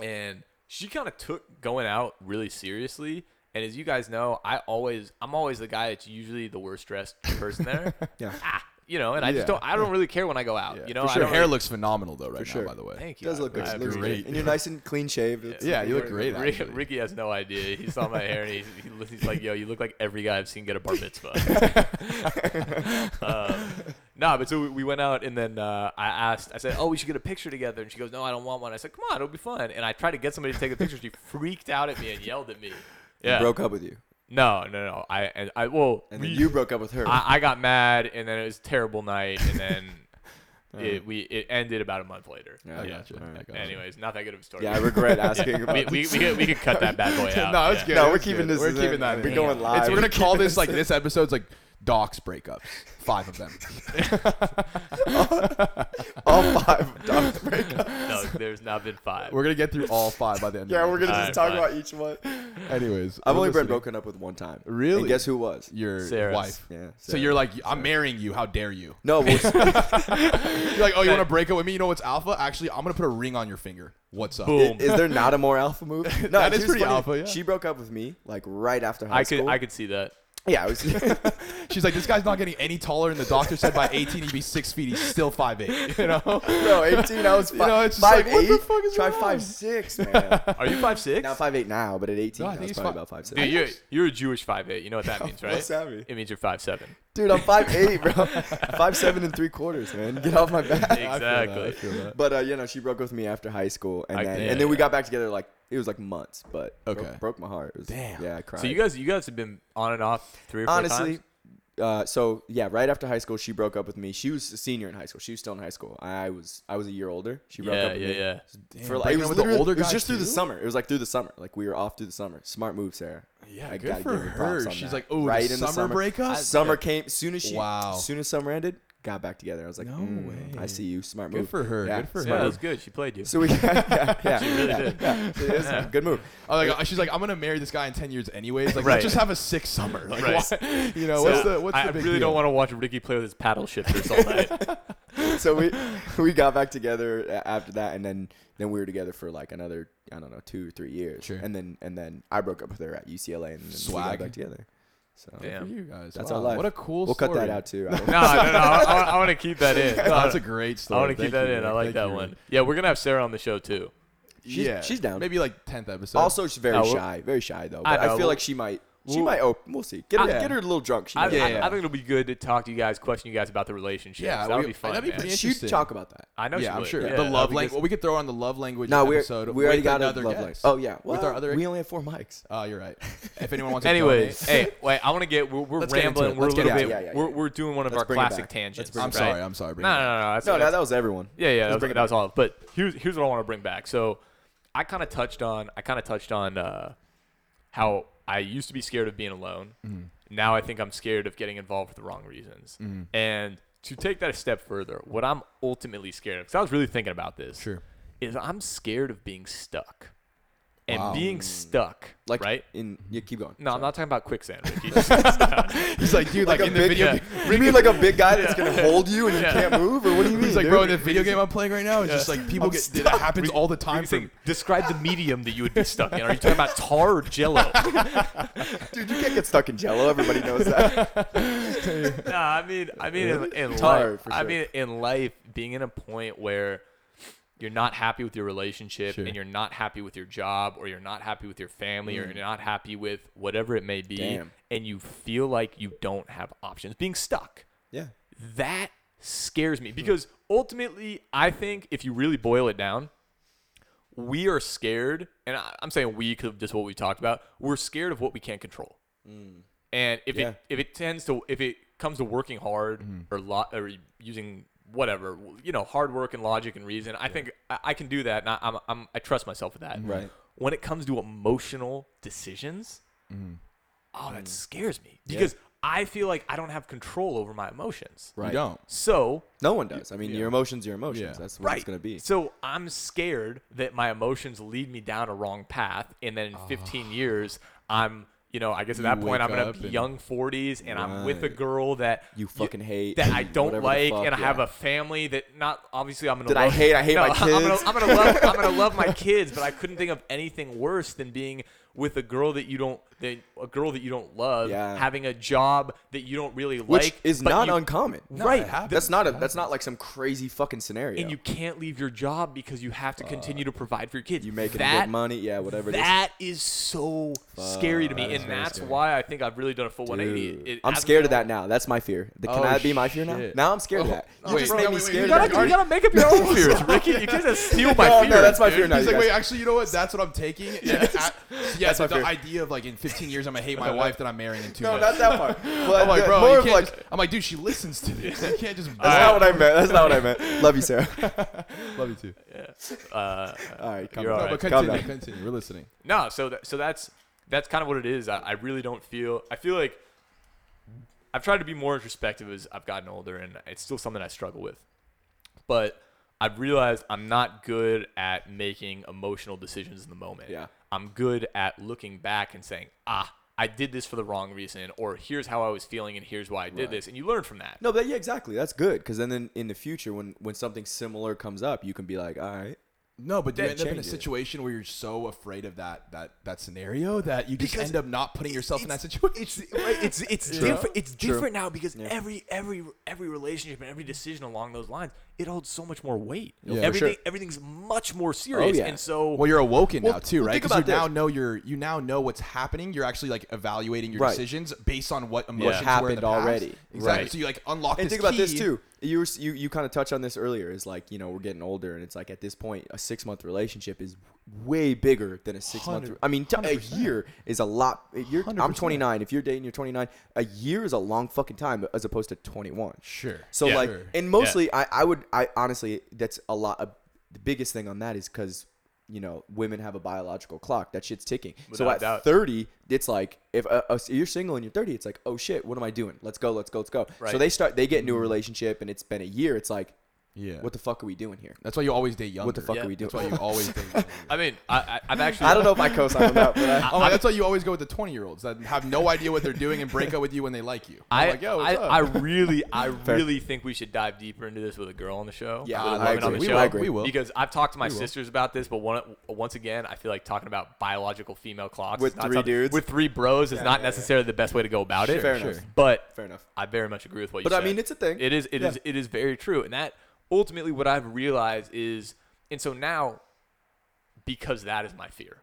Speaker 3: and she kind of took going out really seriously. And as you guys know, I always I'm always the guy that's usually the worst dressed person there.
Speaker 1: Yeah.
Speaker 3: Ah, you know, and I
Speaker 2: Yeah.
Speaker 3: just don't I don't really care when I go out. You know,
Speaker 2: For
Speaker 3: I
Speaker 2: sure.
Speaker 3: don't
Speaker 2: hair
Speaker 3: really-
Speaker 2: looks phenomenal though right now.
Speaker 1: sure.
Speaker 2: By the way,
Speaker 3: Thank
Speaker 1: It
Speaker 3: you.
Speaker 1: does
Speaker 3: I-
Speaker 1: look good.
Speaker 3: I
Speaker 1: It looks
Speaker 3: appreciate
Speaker 1: great.
Speaker 3: it.
Speaker 1: And you're nice and clean shaved. It's-
Speaker 2: yeah, you look
Speaker 3: Rick-
Speaker 2: great.
Speaker 3: Rick-
Speaker 2: actually.
Speaker 3: Ricky has no idea. He saw my hair and he's, he, looks- he's like, "Yo, you look like every guy I've seen get a bar mitzvah." um, nah, but so we, we went out and then uh, I asked. I said, "Oh, we should get a picture together." And she goes, "No, I don't want one." I said, "Come on, it'll be fun." And I tried to get somebody to take a picture. She freaked out at me and yelled at me. Yeah.
Speaker 1: Broke up with you.
Speaker 3: No, no, no. I and I well,
Speaker 1: And
Speaker 3: we-
Speaker 1: then you broke up with her.
Speaker 3: I, I got mad and then it was a terrible night and then. It, we it ended about a month later.
Speaker 1: Yeah, I
Speaker 2: gotcha. I gotcha.
Speaker 3: Anyways, not that good of a story.
Speaker 1: yeah, I regret asking about
Speaker 3: we,
Speaker 1: this.
Speaker 3: we, we, could, we could cut that bad boy out.
Speaker 2: no, it's
Speaker 3: Yeah.
Speaker 2: good.
Speaker 1: No,
Speaker 2: it
Speaker 1: we're
Speaker 2: was
Speaker 1: keeping
Speaker 2: good.
Speaker 1: this
Speaker 2: We're
Speaker 1: in.
Speaker 2: keeping that.
Speaker 1: We're
Speaker 2: in.
Speaker 1: going live.
Speaker 2: It's- we're gonna
Speaker 1: We're
Speaker 2: call
Speaker 1: keeping
Speaker 2: this like
Speaker 1: this
Speaker 2: this episode's like Doc's breakups. Five of them.
Speaker 1: all five dogs break up.
Speaker 3: No, there's not been five.
Speaker 2: We're gonna get through all five by the end.
Speaker 1: Yeah,
Speaker 2: of
Speaker 1: we're gonna
Speaker 3: All
Speaker 1: just
Speaker 3: right,
Speaker 1: talk
Speaker 3: fine.
Speaker 1: about each one.
Speaker 2: gonna. Anyways,
Speaker 1: I've
Speaker 2: we're
Speaker 1: only been
Speaker 2: listening.
Speaker 1: broken up with one time.
Speaker 2: Really?
Speaker 1: And guess who was?
Speaker 2: your
Speaker 3: Sarah's.
Speaker 2: wife.
Speaker 1: Yeah.
Speaker 2: So you're like, I'm marrying you. How dare you?
Speaker 1: no. Well,
Speaker 2: You're like, oh, you want to break up with me? You know what's alpha? Actually, I'm gonna put a ring on your finger. What's up?
Speaker 3: Boom.
Speaker 1: is there not a more alpha move? No,
Speaker 2: That
Speaker 1: she
Speaker 2: is
Speaker 1: was
Speaker 2: pretty alpha, yeah.
Speaker 1: She broke up with me like right after high
Speaker 3: I could
Speaker 1: school.
Speaker 3: I could see that.
Speaker 1: Yeah, it was.
Speaker 2: She's like, this guy's not getting any taller, and the doctor said by 18 he'd be six feet. He's still five eight. You know?
Speaker 1: No, 18. I was five,
Speaker 2: You know, it's just
Speaker 1: five
Speaker 2: like, what the
Speaker 1: eight.
Speaker 2: fuck is
Speaker 1: Try
Speaker 2: wrong?
Speaker 1: five six, man.
Speaker 3: Are you five six?
Speaker 1: now five eight now, but at 18,
Speaker 2: No, I
Speaker 1: I,
Speaker 2: think
Speaker 1: was
Speaker 2: he's
Speaker 1: probably
Speaker 2: fi-
Speaker 1: about five six.
Speaker 3: Dude, you're you're a Jewish five eight. You know what that means, right?
Speaker 1: What's that mean?
Speaker 3: It means you're five seven.
Speaker 1: Dude, I'm five eight, bro. five seven and three quarters, man. Get off my back.
Speaker 3: Exactly.
Speaker 1: But uh, you know, she broke up with me after high school, and
Speaker 3: I-
Speaker 1: then
Speaker 3: yeah,
Speaker 1: and then we
Speaker 3: yeah.
Speaker 1: got back together like it was like months, but broke-
Speaker 2: Okay.
Speaker 1: broke, my heart. It was,
Speaker 2: Damn.
Speaker 1: Yeah, I cried.
Speaker 3: So you guys you guys have been on and off three or four
Speaker 1: honestly
Speaker 3: times.
Speaker 1: uh, so yeah right after high school she broke up with me she was a senior in high school she was still in high school i was i was a year older she broke
Speaker 3: Yeah,
Speaker 1: up with
Speaker 3: yeah,
Speaker 1: me
Speaker 3: yeah.
Speaker 1: for like, it
Speaker 2: breaking
Speaker 1: was
Speaker 2: up with the
Speaker 1: literally-
Speaker 2: older
Speaker 1: it was
Speaker 2: guy
Speaker 1: just through the
Speaker 2: too?
Speaker 1: summer it was like through the summer like we were off through the summer smart move sarah
Speaker 2: Yeah,
Speaker 1: I
Speaker 2: good
Speaker 1: gotta
Speaker 2: for
Speaker 1: give her props
Speaker 2: her.
Speaker 1: on
Speaker 2: She's
Speaker 1: that.
Speaker 2: like, oh, the summer breakup?
Speaker 1: summer came soon as she
Speaker 2: Wow.
Speaker 1: soon as summer ended got back together i was like
Speaker 2: No
Speaker 1: mm,
Speaker 2: way.
Speaker 1: i see you smart
Speaker 2: Good
Speaker 1: move
Speaker 2: for her,
Speaker 1: yeah,
Speaker 2: good for
Speaker 1: smart
Speaker 3: Yeah, that
Speaker 1: move.
Speaker 3: was good. She played you.
Speaker 1: so we yeah yeah, yeah,
Speaker 3: did.
Speaker 1: yeah. It was a good move
Speaker 2: I'm Oh, like, uh, she's like, I'm gonna marry this guy in 10 years anyways. Like,
Speaker 3: Right.
Speaker 2: let's just have a sick summer. Like,
Speaker 3: Right.
Speaker 2: why- you know, what's
Speaker 3: So
Speaker 2: the what's
Speaker 3: I
Speaker 2: the big
Speaker 3: really
Speaker 2: deal?
Speaker 3: don't want to watch Ricky play with his paddle shifters all night.
Speaker 1: so we we got back together a- after that, and then then we were together for like another I don't know two or three years,
Speaker 2: Sure.
Speaker 1: and then and then I broke up with her at UCLA, and then we
Speaker 2: Swag.
Speaker 1: got back together. So
Speaker 3: Damn.
Speaker 2: For you guys.
Speaker 1: that's
Speaker 2: wow,
Speaker 1: our life.
Speaker 2: What a cool.
Speaker 1: We'll
Speaker 2: story.
Speaker 1: cut that out too. I-
Speaker 3: No, no, no. I, I, I want to keep that in.
Speaker 2: No, that's a great
Speaker 3: I
Speaker 2: story.
Speaker 3: want to keep
Speaker 2: Thank
Speaker 3: that
Speaker 2: you,
Speaker 3: in. I
Speaker 2: Rick.
Speaker 3: like
Speaker 2: Thank
Speaker 3: that
Speaker 2: you,
Speaker 3: one.
Speaker 2: Rick.
Speaker 3: Yeah, we're gonna have Sarah on the show too.
Speaker 1: She's- she's down.
Speaker 2: Maybe like 10th episode.
Speaker 1: also, she's very
Speaker 3: No, we're-
Speaker 1: shy, very shy though.
Speaker 3: I
Speaker 1: But I,
Speaker 3: know,
Speaker 1: feel
Speaker 3: but-
Speaker 1: like she might She might open. We'll see. Get her,
Speaker 2: I-
Speaker 1: get her a little drunk. She
Speaker 3: I,
Speaker 1: might
Speaker 3: I,
Speaker 2: Yeah, yeah.
Speaker 3: I think it'll be good to talk to you guys, question you guys about the relationship.
Speaker 2: Yeah,
Speaker 3: that'll
Speaker 2: we-
Speaker 3: be fun.
Speaker 2: that'd be
Speaker 3: man.
Speaker 2: pretty-
Speaker 1: open. She'd
Speaker 2: Interesting.
Speaker 1: talk about that.
Speaker 3: I know.
Speaker 2: yeah,
Speaker 3: she
Speaker 2: I'm
Speaker 3: would.
Speaker 2: sure.
Speaker 3: Yeah,
Speaker 2: the
Speaker 3: that'd
Speaker 2: love
Speaker 3: be
Speaker 2: language.
Speaker 3: good.
Speaker 2: Well, we could throw on the love language
Speaker 1: No, we
Speaker 2: episode.
Speaker 1: we already
Speaker 2: with
Speaker 1: got a
Speaker 2: another
Speaker 1: love
Speaker 2: guest.
Speaker 1: language. Oh yeah,
Speaker 2: with our other.
Speaker 1: we only have four mics.
Speaker 2: Oh, you're right. If anyone wants to
Speaker 3: Anyways,
Speaker 2: donate-
Speaker 3: hey, wait. I want to get. We're, we're
Speaker 2: Let's get into
Speaker 3: rambling.
Speaker 2: it.
Speaker 3: We're a
Speaker 2: Let's get
Speaker 3: little bit.
Speaker 1: into it. Yeah, yeah,
Speaker 3: We're,
Speaker 1: yeah.
Speaker 3: we're doing one of
Speaker 1: Let's
Speaker 3: our
Speaker 1: bring it
Speaker 3: classic
Speaker 1: back. Let's
Speaker 3: tangents.
Speaker 2: I'm
Speaker 3: right?
Speaker 2: sorry. I'm sorry. bring
Speaker 3: No,
Speaker 2: it
Speaker 3: no,
Speaker 2: back.
Speaker 3: no, no. That's,
Speaker 1: No,
Speaker 3: that's,
Speaker 1: that, that was everyone.
Speaker 3: yeah, yeah. That was,
Speaker 1: bring it
Speaker 3: that was all. But here's here's what I want to bring back. So, I kind of touched on. I kind of touched on uh, how I used to be scared of being alone.
Speaker 2: Mm-hmm.
Speaker 3: Now I think I'm scared of getting involved for the wrong reasons.
Speaker 2: Mm-hmm.
Speaker 3: And to take that a step further, what I'm ultimately scared of, because I was really thinking about this,
Speaker 2: Sure.
Speaker 3: is I'm scared of being stuck. And
Speaker 2: Wow.
Speaker 3: being stuck,
Speaker 1: Like
Speaker 3: right?
Speaker 1: in you keep going.
Speaker 3: No, I'm not talking about quicksand. Ricky.
Speaker 2: He's like, dude, like,
Speaker 1: Like a
Speaker 2: in the
Speaker 1: big-
Speaker 2: video.
Speaker 3: yeah.
Speaker 2: game-
Speaker 1: You mean like a big guy that's gonna hold you and you
Speaker 3: Yeah.
Speaker 1: can't move, or what do you mean?
Speaker 2: He's like,
Speaker 1: dude?
Speaker 2: bro, in the video game I'm playing right now, it's just like people get. It happens all the time.
Speaker 3: Ricky,
Speaker 2: From,
Speaker 3: think- describe the medium that you would be stuck in. Are you talking about tar or jello?
Speaker 1: dude, you can't get stuck in Jello. Everybody knows that.
Speaker 3: no, I mean, I mean, in, in
Speaker 1: Tar,
Speaker 3: life,
Speaker 1: for
Speaker 3: I
Speaker 1: sure.
Speaker 3: mean, in life, being in a point where you're not happy with your relationship
Speaker 2: Sure.
Speaker 3: and you're not happy with your job or you're not happy with your family or you're not happy with whatever it may be,
Speaker 1: Mm. Damn.
Speaker 3: and you feel like you don't have options, being stuck.
Speaker 1: yeah,
Speaker 3: that scares
Speaker 1: Hmm.
Speaker 3: me because ultimately i think if you really boil it down we are scared and I, i'm saying we because of just what we talked about we're scared of what we can't control and if
Speaker 1: Hmm. Yeah. Hmm.
Speaker 3: it if it tends to if it comes to working hard or lo- or using whatever you know hard work and logic and reason i think I, I can do that and I, I'm, I'm i trust myself with that
Speaker 1: Hmm. Right.
Speaker 3: when it comes to emotional decisions oh
Speaker 1: Hmm.
Speaker 3: that scares me because i feel like i don't have control over my emotions
Speaker 2: you
Speaker 1: Right.
Speaker 2: don't.
Speaker 3: so
Speaker 1: no one does. I mean, your emotions, your emotions.
Speaker 2: Yeah.
Speaker 1: That's what
Speaker 3: right,
Speaker 1: it's gonna be.
Speaker 3: So I'm scared that my emotions lead me down a wrong path, and then in
Speaker 1: Ah.
Speaker 3: 15 years, I'm, you know, I guess at that point
Speaker 2: wake
Speaker 3: I'm gonna
Speaker 2: up
Speaker 3: be
Speaker 2: and-
Speaker 3: young 40s, and I'm with a girl that
Speaker 1: You fucking hate,
Speaker 3: that I don't
Speaker 1: whatever the
Speaker 3: like,
Speaker 1: fuck,
Speaker 3: and I have
Speaker 1: yeah.
Speaker 3: a family that not obviously I'm gonna.
Speaker 1: That I
Speaker 3: love,
Speaker 1: hate, I hate
Speaker 3: No,
Speaker 1: my
Speaker 3: I'm gonna,
Speaker 1: kids.
Speaker 3: I'm gonna love. I'm gonna love my kids, but I couldn't think of anything worse than being with a girl that you don't, that, a girl that you don't love,
Speaker 1: Yeah.
Speaker 3: having a job that you don't really
Speaker 1: which
Speaker 3: like,
Speaker 1: is
Speaker 3: but
Speaker 1: not
Speaker 3: you-
Speaker 1: uncommon.
Speaker 3: right.
Speaker 2: it happens.
Speaker 1: That's not a. That's not like some crazy fucking scenario.
Speaker 3: and you can't leave your job because you have to continue to provide for your kids.
Speaker 1: you making
Speaker 3: that,
Speaker 1: good money, yeah, whatever. it is.
Speaker 3: That is so scary to me,
Speaker 2: that is
Speaker 3: and
Speaker 2: very
Speaker 3: that's
Speaker 2: scary.
Speaker 3: why I think I've really done a full 180.
Speaker 1: Dude,
Speaker 3: It-
Speaker 1: I'm
Speaker 3: as of
Speaker 1: scared of
Speaker 3: now-
Speaker 1: that now. That's my fear. The- Can
Speaker 2: Oh,
Speaker 1: that be my fear now?
Speaker 2: shit.
Speaker 1: Now I'm scared of that.
Speaker 2: Oh,
Speaker 1: You
Speaker 2: wait,
Speaker 1: just
Speaker 2: bro,
Speaker 1: made
Speaker 2: wait,
Speaker 1: me
Speaker 2: wait,
Speaker 1: scared.
Speaker 2: you
Speaker 1: of
Speaker 2: gotta
Speaker 1: that.
Speaker 3: You gotta, you gotta make up your own fears, Ricky. You can't just steal my
Speaker 1: No, no,
Speaker 3: fears.
Speaker 1: that's my
Speaker 3: dude.
Speaker 1: fear now.
Speaker 2: He's like,
Speaker 1: you guys.
Speaker 2: wait, actually, you know what? That's what I'm taking. Yeah, yeah
Speaker 1: my
Speaker 2: the
Speaker 1: fear.
Speaker 2: idea of like in 15 years, I'm gonna hate my wife that I'm marrying in two
Speaker 1: No,
Speaker 2: minutes.
Speaker 1: not that part. But
Speaker 2: I'm like,
Speaker 1: the-
Speaker 2: bro,
Speaker 1: more
Speaker 2: you
Speaker 1: of
Speaker 2: can't
Speaker 1: like,
Speaker 2: just- I'm like, dude, she listens to this. You can't just.
Speaker 1: that's not what I meant. That's not what I meant. Love you, Sarah.
Speaker 2: Love you too.
Speaker 3: Uh,
Speaker 1: All right, come
Speaker 3: You're
Speaker 1: on.
Speaker 3: all
Speaker 2: No, but
Speaker 3: right.
Speaker 1: Calm
Speaker 2: continue,
Speaker 1: down.
Speaker 2: continue. We're listening.
Speaker 3: no, so that, so that's that's kind of what it is. I, I really don't feel. I feel like I've tried to be more introspective as I've gotten older, and it's still something I struggle with. But I've realized I'm not good at making emotional decisions in the moment.
Speaker 1: Yeah.
Speaker 3: I'm good at looking back and saying, ah, I did this for the wrong reason, or here's how I was feeling, and here's why I did this, and you learn from that.
Speaker 1: No, but yeah, exactly. That's good because then in, in the future, when when something similar comes up, you can be like, all right,
Speaker 2: No, but you
Speaker 1: That
Speaker 2: end up in a
Speaker 1: changes.
Speaker 2: situation where you're so afraid of that that that scenario that you just
Speaker 3: Because
Speaker 2: end up not putting yourself in that situation.
Speaker 3: It's right, it's it's
Speaker 1: True.
Speaker 3: different. It's
Speaker 1: True.
Speaker 3: different now because every every every relationship and every decision along those lines it holds so much more weight.
Speaker 2: for
Speaker 3: Everything
Speaker 1: sure. Oh,
Speaker 3: everything's much more serious,
Speaker 1: yeah.
Speaker 3: and so
Speaker 2: Well, you're awoken
Speaker 1: Well,
Speaker 2: now too,
Speaker 1: well,
Speaker 2: right?
Speaker 1: think
Speaker 2: Because you
Speaker 1: about
Speaker 2: now
Speaker 1: this.
Speaker 2: know you're you now know what's happening. You're actually like evaluating your
Speaker 1: Right.
Speaker 2: decisions based on what emotions were in the
Speaker 1: happened
Speaker 2: past.
Speaker 1: already.
Speaker 2: Exactly.
Speaker 3: Right.
Speaker 2: So you like unlock
Speaker 1: and
Speaker 2: this
Speaker 1: think about this
Speaker 2: key.
Speaker 1: too. You were, s- you you kind of touched on this earlier. Is like you know we're getting older, and it's like at this point a six month relationship is way bigger than a six month.
Speaker 2: Hundred-
Speaker 1: I mean, t- a year is a lot. eh, You're, I'm
Speaker 2: 100%.
Speaker 1: 29. If you're dating, you're 29. A year is a long fucking time as opposed to 21.
Speaker 2: Sure.
Speaker 1: So
Speaker 3: Yeah.
Speaker 1: like,
Speaker 2: Sure.
Speaker 1: and mostly I I would I honestly that's a lot. Of, the biggest thing on that is because you know women have a biological clock. That shit's ticking. so
Speaker 3: Without
Speaker 1: at
Speaker 3: doubt.
Speaker 1: 30, it's like if uh, uh, you're single and you're 30, it's like oh shit, what am I doing? Let's go, let's go, let's go. So
Speaker 3: Right.
Speaker 1: they start they get into a relationship and it's been a year. It's like
Speaker 2: Yeah.
Speaker 1: what the fuck are we doing here?
Speaker 2: That's why you always date younger.
Speaker 1: What the fuck
Speaker 3: Yeah.
Speaker 1: are we doing?
Speaker 2: That's why you always date. Younger.
Speaker 3: I mean, I, I I've actually
Speaker 1: I don't know if I co-sign on that, but I,
Speaker 2: Oh, that's why you always go with the 20 year olds that have no idea what they're doing and break up with you when they like you. I'm
Speaker 3: I,
Speaker 2: like, yo, what's
Speaker 3: I,
Speaker 2: up?
Speaker 3: I really, I really think we should dive deeper into this with a girl on the show.
Speaker 1: Yeah,
Speaker 3: with a
Speaker 1: I
Speaker 3: woman on
Speaker 1: agree.
Speaker 3: the
Speaker 1: We
Speaker 3: show.
Speaker 1: will, I agree. we
Speaker 2: will.
Speaker 3: Because I've talked to my
Speaker 2: will.
Speaker 3: sisters about this, but one, once again, I feel like talking about biological female clocks
Speaker 1: With
Speaker 3: is not
Speaker 1: three
Speaker 3: something-
Speaker 1: dudes?
Speaker 3: with three bros is not necessarily the best way to go about it.
Speaker 1: Fair enough. sure.
Speaker 3: But
Speaker 1: fair enough.
Speaker 3: I very much agree with what you
Speaker 1: But
Speaker 3: said.
Speaker 1: I mean, it's a thing.
Speaker 3: It is. It is.
Speaker 1: Yeah.
Speaker 3: It is very true. And that ultimately, what I've realized is,
Speaker 1: Mm-hmm.
Speaker 3: and so now, because that is my fear,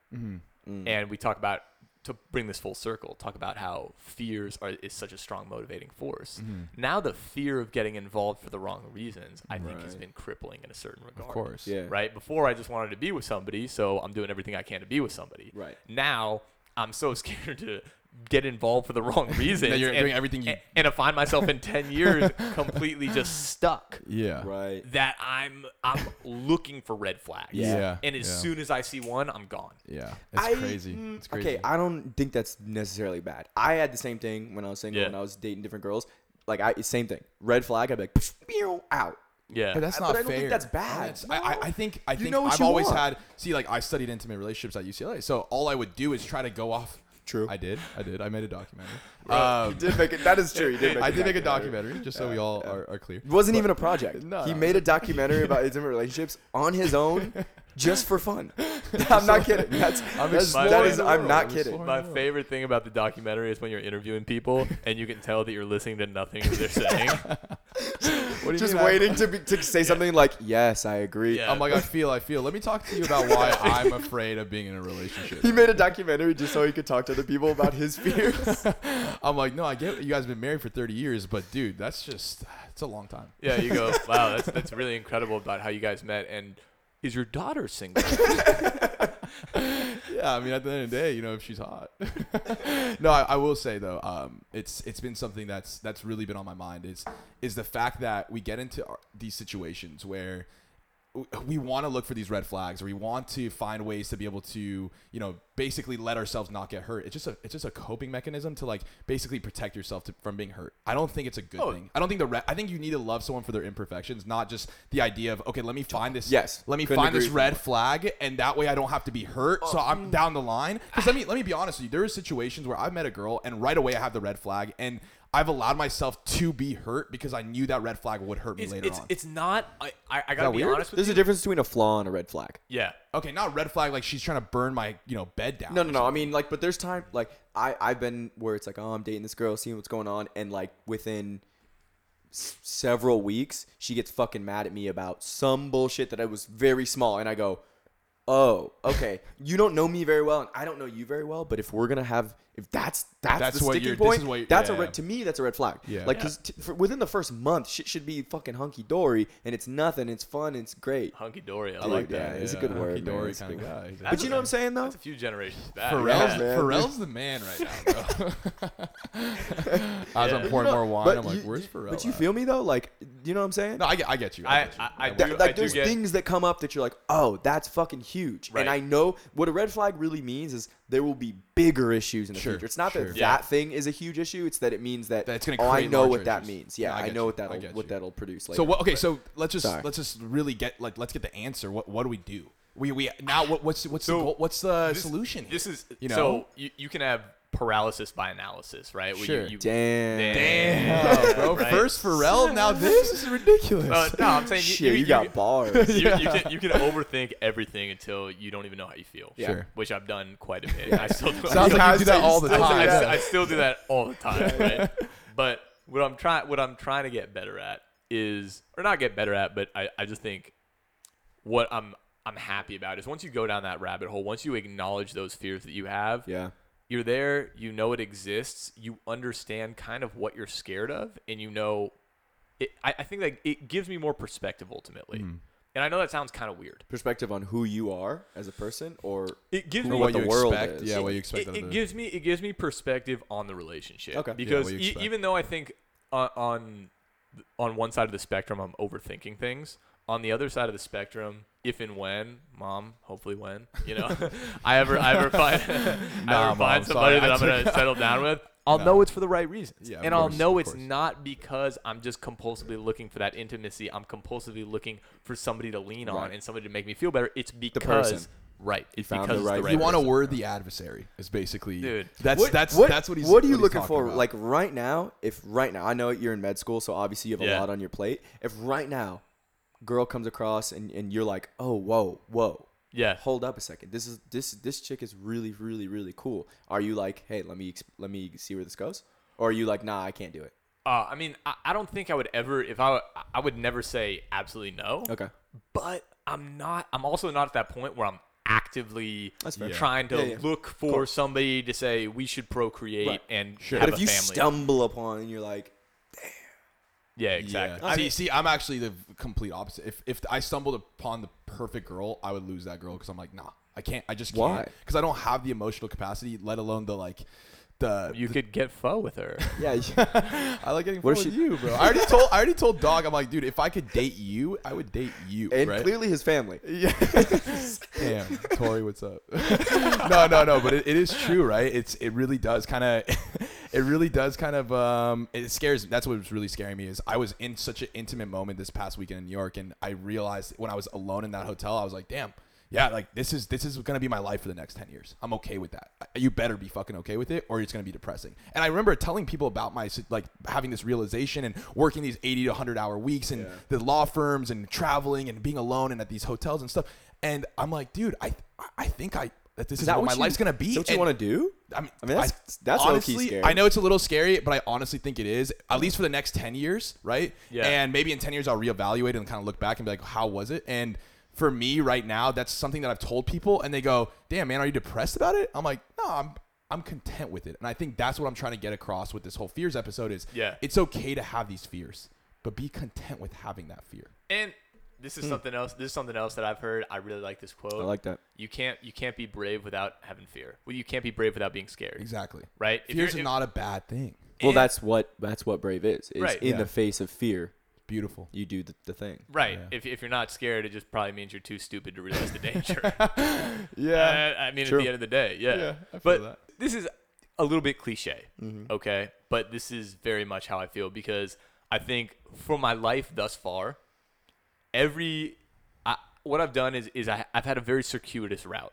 Speaker 3: and we talk about to bring this full circle, talk about how fears are is such a strong motivating force.
Speaker 1: Mm-hmm.
Speaker 3: Now the fear of getting involved for the wrong reasons, I think, has
Speaker 1: Right.
Speaker 3: been crippling in a certain regard.
Speaker 2: Of course.
Speaker 1: Yeah.
Speaker 3: Right? Before I just wanted to be with somebody, so I'm doing everything I can to be with somebody.
Speaker 1: Right.
Speaker 3: Now I'm so scared to get involved for the wrong reasons.
Speaker 2: you're
Speaker 3: and,
Speaker 2: doing everything you-
Speaker 3: and, and I find myself in ten years completely just stuck
Speaker 2: Yeah.
Speaker 1: Right.
Speaker 3: that I'm I'm looking for red flags.
Speaker 2: Yeah.
Speaker 3: And as
Speaker 2: Yeah.
Speaker 3: soon as I see one, I'm gone.
Speaker 2: Yeah. It's
Speaker 1: I-
Speaker 2: crazy.
Speaker 1: mm,
Speaker 2: It's crazy.
Speaker 1: Okay, I don't think that's necessarily bad. I had the same thing when I was single
Speaker 3: Yeah.
Speaker 1: and I was dating different girls. Like I same thing. Red flag. I'd be like, "Psh, meow, out.
Speaker 3: Yeah.
Speaker 2: But that's
Speaker 1: I-
Speaker 2: not
Speaker 1: but I don't
Speaker 2: fair.
Speaker 1: think that's bad.
Speaker 2: That's- I, I, I think I
Speaker 1: You
Speaker 2: think
Speaker 1: know what
Speaker 2: I've
Speaker 1: you
Speaker 2: always
Speaker 1: want.
Speaker 2: had. See, like I studied intimate relationships at UCLA, so all I would do is try to go off.
Speaker 1: True.
Speaker 2: I did. I did. I made a documentary.
Speaker 1: You
Speaker 2: Um,
Speaker 1: did make it. That is true. You did. Make
Speaker 2: I did make a documentary, just so we all are, are clear.
Speaker 1: It wasn't even a project.
Speaker 2: No,
Speaker 1: he
Speaker 2: no,
Speaker 1: made a documentary about intimate relationships on his own, just for fun. I'm not kidding. That's,
Speaker 2: I'm
Speaker 1: that's
Speaker 3: exploring
Speaker 1: that is.
Speaker 3: the
Speaker 1: I'm
Speaker 2: world.
Speaker 1: not
Speaker 2: I'm
Speaker 1: kidding.
Speaker 2: exploring-
Speaker 3: My favorite thing about the documentary is when you're interviewing people and you can tell that you're listening to nothing that they're saying.
Speaker 2: What do you
Speaker 1: Just
Speaker 2: mean I-
Speaker 1: waiting to be, to say something like, "Yes, I agree."
Speaker 3: Yeah.
Speaker 2: I'm like, I Oh feel, I feel. Let me talk to you about why I'm afraid of being in a relationship.
Speaker 1: He made a documentary just so he could talk to other people about his fears.
Speaker 2: I'm like, no, I get you guys have been married for 30 years, but dude, that's just, it's a long time.
Speaker 3: yeah, you go, wow, that's that's really incredible about how you guys met. And is your daughter single?
Speaker 2: Yeah, I mean, at the end of the day, you know, if she's hot. no, I, I will say though, um, it's it's been something that's that's really been on my mind is is the fact that we get into our, these situations where w- we want to look for these red flags or we want to find ways to be able to you know basically let ourselves not get hurt it's just a it's just a coping mechanism to like basically protect yourself to, from being hurt i don't think it's a good
Speaker 3: Oh.
Speaker 2: thing i don't think the re- i think you need to love someone for their imperfections not just the idea of okay let me find this
Speaker 1: Yes.
Speaker 2: let me
Speaker 1: Couldn't
Speaker 2: find this
Speaker 1: agree with you
Speaker 2: red flag and that way I don't have to be hurt. So
Speaker 3: Mm.
Speaker 2: I'm down the line. Because let me let me be honest with you, there are situations where I've met a girl and right away I have the red flag and I've allowed myself to be hurt because I knew that red flag would hurt me
Speaker 3: It's,
Speaker 2: later
Speaker 3: it's,
Speaker 2: on.
Speaker 3: it's not, I, I, I gotta be honest with
Speaker 1: There's
Speaker 3: you.
Speaker 1: a difference between a flaw and a red flag.
Speaker 3: yeah.
Speaker 2: okay, not red flag like she's trying to burn my you know bed down.
Speaker 1: No,
Speaker 2: or
Speaker 1: no, no. I
Speaker 2: something.
Speaker 1: mean, like, but there's time. Like, I I've been where it's like, oh, I'm dating this girl, seeing what's going on, and like within s- several weeks, she gets fucking mad at me about some bullshit that I was very small, and I go, oh, okay, you don't know me very well, and I don't know you very well, but if we're gonna have, if that's that's,
Speaker 2: That's
Speaker 1: the
Speaker 2: what
Speaker 1: sticking
Speaker 2: you're- this
Speaker 1: point,
Speaker 2: is what you-
Speaker 1: that's a
Speaker 2: yeah.
Speaker 1: red to me. That's a red flag.
Speaker 2: Yeah.
Speaker 1: Like, because within the first month, shit should be fucking hunky dory, and it's nothing. It's fun. It's great.
Speaker 3: Hunky dory. I
Speaker 1: Dude,
Speaker 3: like
Speaker 1: yeah,
Speaker 3: that.
Speaker 1: it's a good word, man.
Speaker 2: Hunky-dory
Speaker 1: It's a
Speaker 2: kinda
Speaker 1: good
Speaker 2: guy.
Speaker 1: But you know what I'm saying though.
Speaker 3: That's a few generations back.
Speaker 2: Pharrell's,
Speaker 1: Yeah, man.
Speaker 2: Pharrell's the man right now. Bro. I was
Speaker 3: Yeah.
Speaker 2: on pouring more wine. I'm like,
Speaker 1: you-
Speaker 2: where's Pharrell?
Speaker 1: But you
Speaker 2: at?"
Speaker 1: feel me though? Like, you know what I'm saying?
Speaker 2: No, I get, I get you. I,
Speaker 3: I,
Speaker 2: get you.
Speaker 3: I, I
Speaker 1: That-
Speaker 3: do, I
Speaker 1: like
Speaker 3: do
Speaker 1: there's
Speaker 3: get,
Speaker 1: things that come up that you're like, oh, that's fucking huge.
Speaker 3: Right.
Speaker 1: And I know what a red flag really means is there will be bigger issues in the
Speaker 2: Sure,
Speaker 1: future. It's not
Speaker 2: sure.
Speaker 1: that
Speaker 3: Yeah.
Speaker 1: that thing is a huge issue. It's that it means that,
Speaker 2: That it's gonna
Speaker 1: oh, I
Speaker 2: create
Speaker 1: know
Speaker 2: larger
Speaker 1: what that
Speaker 2: issues.
Speaker 1: means. Yeah,
Speaker 2: Yeah, I
Speaker 1: I,
Speaker 2: get
Speaker 1: know
Speaker 2: you.
Speaker 1: what
Speaker 2: I
Speaker 1: that'll
Speaker 2: get
Speaker 1: what
Speaker 2: you.
Speaker 1: that'll produce later.
Speaker 2: So what, okay, so let's just
Speaker 1: Sorry.
Speaker 2: let's just really get like let's get the answer. What what do we do? We we now what what's what's the goal, what's the
Speaker 3: this-
Speaker 2: solution? here?
Speaker 3: This is
Speaker 2: you know
Speaker 3: so you, you can have paralysis by analysis, right? Where you-
Speaker 2: Sure.
Speaker 3: you-
Speaker 1: Damn.
Speaker 2: Oh,
Speaker 3: Damn,
Speaker 2: bro,
Speaker 3: right?
Speaker 2: first Pharrell, now this, is ridiculous.
Speaker 3: Uh, no, I'm saying you,
Speaker 1: Shit, you, got bars.
Speaker 3: You, you, can, you can overthink everything until you don't even know how you feel.
Speaker 1: Yeah.
Speaker 2: Sure.
Speaker 3: Which I've done quite a bit. I still do.
Speaker 2: Sounds
Speaker 1: You
Speaker 2: like you
Speaker 1: have
Speaker 2: do that
Speaker 1: to-
Speaker 2: all the
Speaker 1: I-
Speaker 3: I,
Speaker 2: time.
Speaker 1: yeah.
Speaker 3: I still do that all the time, right? but what I'm trying what I'm trying to get better at is or not get better at, but I, I just think what I'm I'm happy about is once you go down that rabbit hole, once you acknowledge those fears that you have,
Speaker 1: yeah.
Speaker 3: you're there, you know it exists, you understand kind of what you're scared of, and you know it I, I think that it gives me more perspective ultimately.
Speaker 1: Mm.
Speaker 3: And I know that sounds kind of weird.
Speaker 1: Perspective on who you are as a person or
Speaker 3: It gives
Speaker 1: Or
Speaker 3: me
Speaker 1: what the
Speaker 2: you
Speaker 1: world
Speaker 2: expect,
Speaker 1: is.
Speaker 2: Yeah, what you
Speaker 3: it,
Speaker 2: expect. out
Speaker 3: it
Speaker 2: of the-
Speaker 3: gives me it gives me perspective on the relationship.
Speaker 1: Okay. Yeah,
Speaker 3: Because
Speaker 2: what you
Speaker 3: e-
Speaker 2: expect.
Speaker 3: even though I think on, on on one side of the spectrum I'm overthinking things, on the other side of the spectrum, if and when, mom, hopefully when, you know, I ever I ever find I
Speaker 2: Nah,
Speaker 3: ever
Speaker 2: Mom,
Speaker 3: find
Speaker 2: sorry,
Speaker 3: somebody that
Speaker 2: I
Speaker 3: I'm gonna
Speaker 2: took-
Speaker 3: settle down with. I'll know it's for the right reasons,
Speaker 2: Yeah, of
Speaker 3: and I'll
Speaker 2: course,
Speaker 3: know
Speaker 2: of
Speaker 3: it's
Speaker 2: course.
Speaker 3: not because I'm just compulsively looking for that intimacy. I'm compulsively looking for somebody to lean on
Speaker 1: Right.
Speaker 3: and somebody to make me feel better. It's because
Speaker 1: person.
Speaker 3: right, it's
Speaker 1: found the
Speaker 3: because it's
Speaker 1: right
Speaker 3: the right
Speaker 2: you want a
Speaker 3: person.
Speaker 2: worthy adversary. Is basically
Speaker 3: Dude.
Speaker 2: That's
Speaker 1: What-
Speaker 2: that's
Speaker 1: what,
Speaker 2: that's what he's.
Speaker 1: What are you
Speaker 2: he's
Speaker 1: looking
Speaker 2: talking
Speaker 1: for?
Speaker 2: about.
Speaker 1: Like right now, if right now, I know you're in med school, so obviously you have
Speaker 3: Yeah.
Speaker 1: a lot on your plate. If right now, girl comes across and, and you're like, oh, whoa, whoa,
Speaker 3: yeah.
Speaker 1: hold up a second. This is this this chick is really really really cool. Are you like, hey, let me ex- let me see where this goes, or are you like, nah, I can't do it.
Speaker 3: Uh, I mean, I, I don't think I would ever. If I, I would never say absolutely no.
Speaker 1: Okay.
Speaker 3: But I'm not. I'm also not at that point where I'm actively actively
Speaker 1: That's fair.
Speaker 2: Yeah.
Speaker 3: trying to
Speaker 1: Yeah, yeah.
Speaker 3: look for somebody to say we should procreate
Speaker 1: Right.
Speaker 3: and
Speaker 2: Sure.
Speaker 3: have
Speaker 1: But if
Speaker 3: a
Speaker 1: you
Speaker 3: family.
Speaker 1: stumble upon and you're like,
Speaker 3: yeah, exactly.
Speaker 2: Yeah.
Speaker 1: I
Speaker 2: see,
Speaker 1: mean-
Speaker 2: see, I'm actually the complete opposite. If if I stumbled upon the perfect girl, I would lose that girl because I'm like, nah, I can't. I just can't.
Speaker 1: Why?
Speaker 2: Because I don't have the emotional capacity, let alone the like. The
Speaker 3: You could get pho with her.
Speaker 1: yeah, you-
Speaker 2: I like getting
Speaker 1: What
Speaker 2: what
Speaker 1: if
Speaker 2: with
Speaker 1: she-
Speaker 2: you, bro. I already told I already told Dog. I'm like, dude, if I could date you, I would date you,
Speaker 1: and
Speaker 2: right?
Speaker 1: clearly his family.
Speaker 2: Damn, Tori, what's up? no, no, no, but it, it is true, right? It's it really does kind of, it really does kind of. Um, it scares. That's what was really scaring me is I was in such an intimate moment this past weekend in New York, and I realized when I was alone in that hotel, I was like, damn. Yeah, like this is this is gonna be my life for the next ten years. I'm okay with that. Uh, You better be fucking okay with it, or it's gonna be depressing. And I remember telling people about my si- like having this realization and working these eighty to hundred hour weeks and
Speaker 1: Yeah.
Speaker 2: the law firms and traveling and being alone and at these hotels and stuff. And I'm like, dude, I I think I that this is,
Speaker 1: Is
Speaker 2: what,
Speaker 1: that
Speaker 2: my
Speaker 1: you-
Speaker 2: life's gonna be.
Speaker 1: Is that what you
Speaker 2: And-
Speaker 1: want to do?
Speaker 2: I mean,
Speaker 1: I mean, that's- that's low-key
Speaker 2: honestly,
Speaker 1: scary.
Speaker 2: I know it's a little scary, but I honestly think it is at least for the next ten years, right?
Speaker 3: Yeah.
Speaker 2: And maybe in ten years I'll reevaluate and kind of look back and be like, how was it? And for me right now, that's something that I've told people, and they go, "Damn, man, are you depressed about it?" I'm like, "No, I'm." I'm content with it. And I think that's what I'm trying to get across with this whole fears episode is
Speaker 3: Yeah.
Speaker 2: it's okay to have these fears, but be content with having that fear.
Speaker 3: And this is something else. This is something else that I've heard. I really like this quote.
Speaker 1: Hmm. I like that.
Speaker 3: You can't you can't be brave without having fear. Well, you can't be brave without being scared.
Speaker 2: Exactly.
Speaker 3: Right? If
Speaker 2: Fears are
Speaker 3: you're-
Speaker 2: not a bad thing.
Speaker 1: Well,
Speaker 3: And-
Speaker 1: that's what that's what brave is. Is
Speaker 3: Right.
Speaker 1: in
Speaker 2: Yeah.
Speaker 1: the face of fear,
Speaker 2: Beautiful.
Speaker 1: you do the, the thing.
Speaker 3: Right.
Speaker 2: Yeah.
Speaker 3: If, if you're not scared, it just probably means you're too stupid to realize the danger.
Speaker 2: Yeah.
Speaker 3: I, I mean,
Speaker 1: True.
Speaker 3: at the end of the day, yeah.
Speaker 2: Yeah, I feel that.
Speaker 3: but
Speaker 2: Mm-hmm.
Speaker 3: this is a little bit cliche, okay? But this is very much how I feel because I think for my life thus far, every I, what I've done is is I, I've had a very circuitous route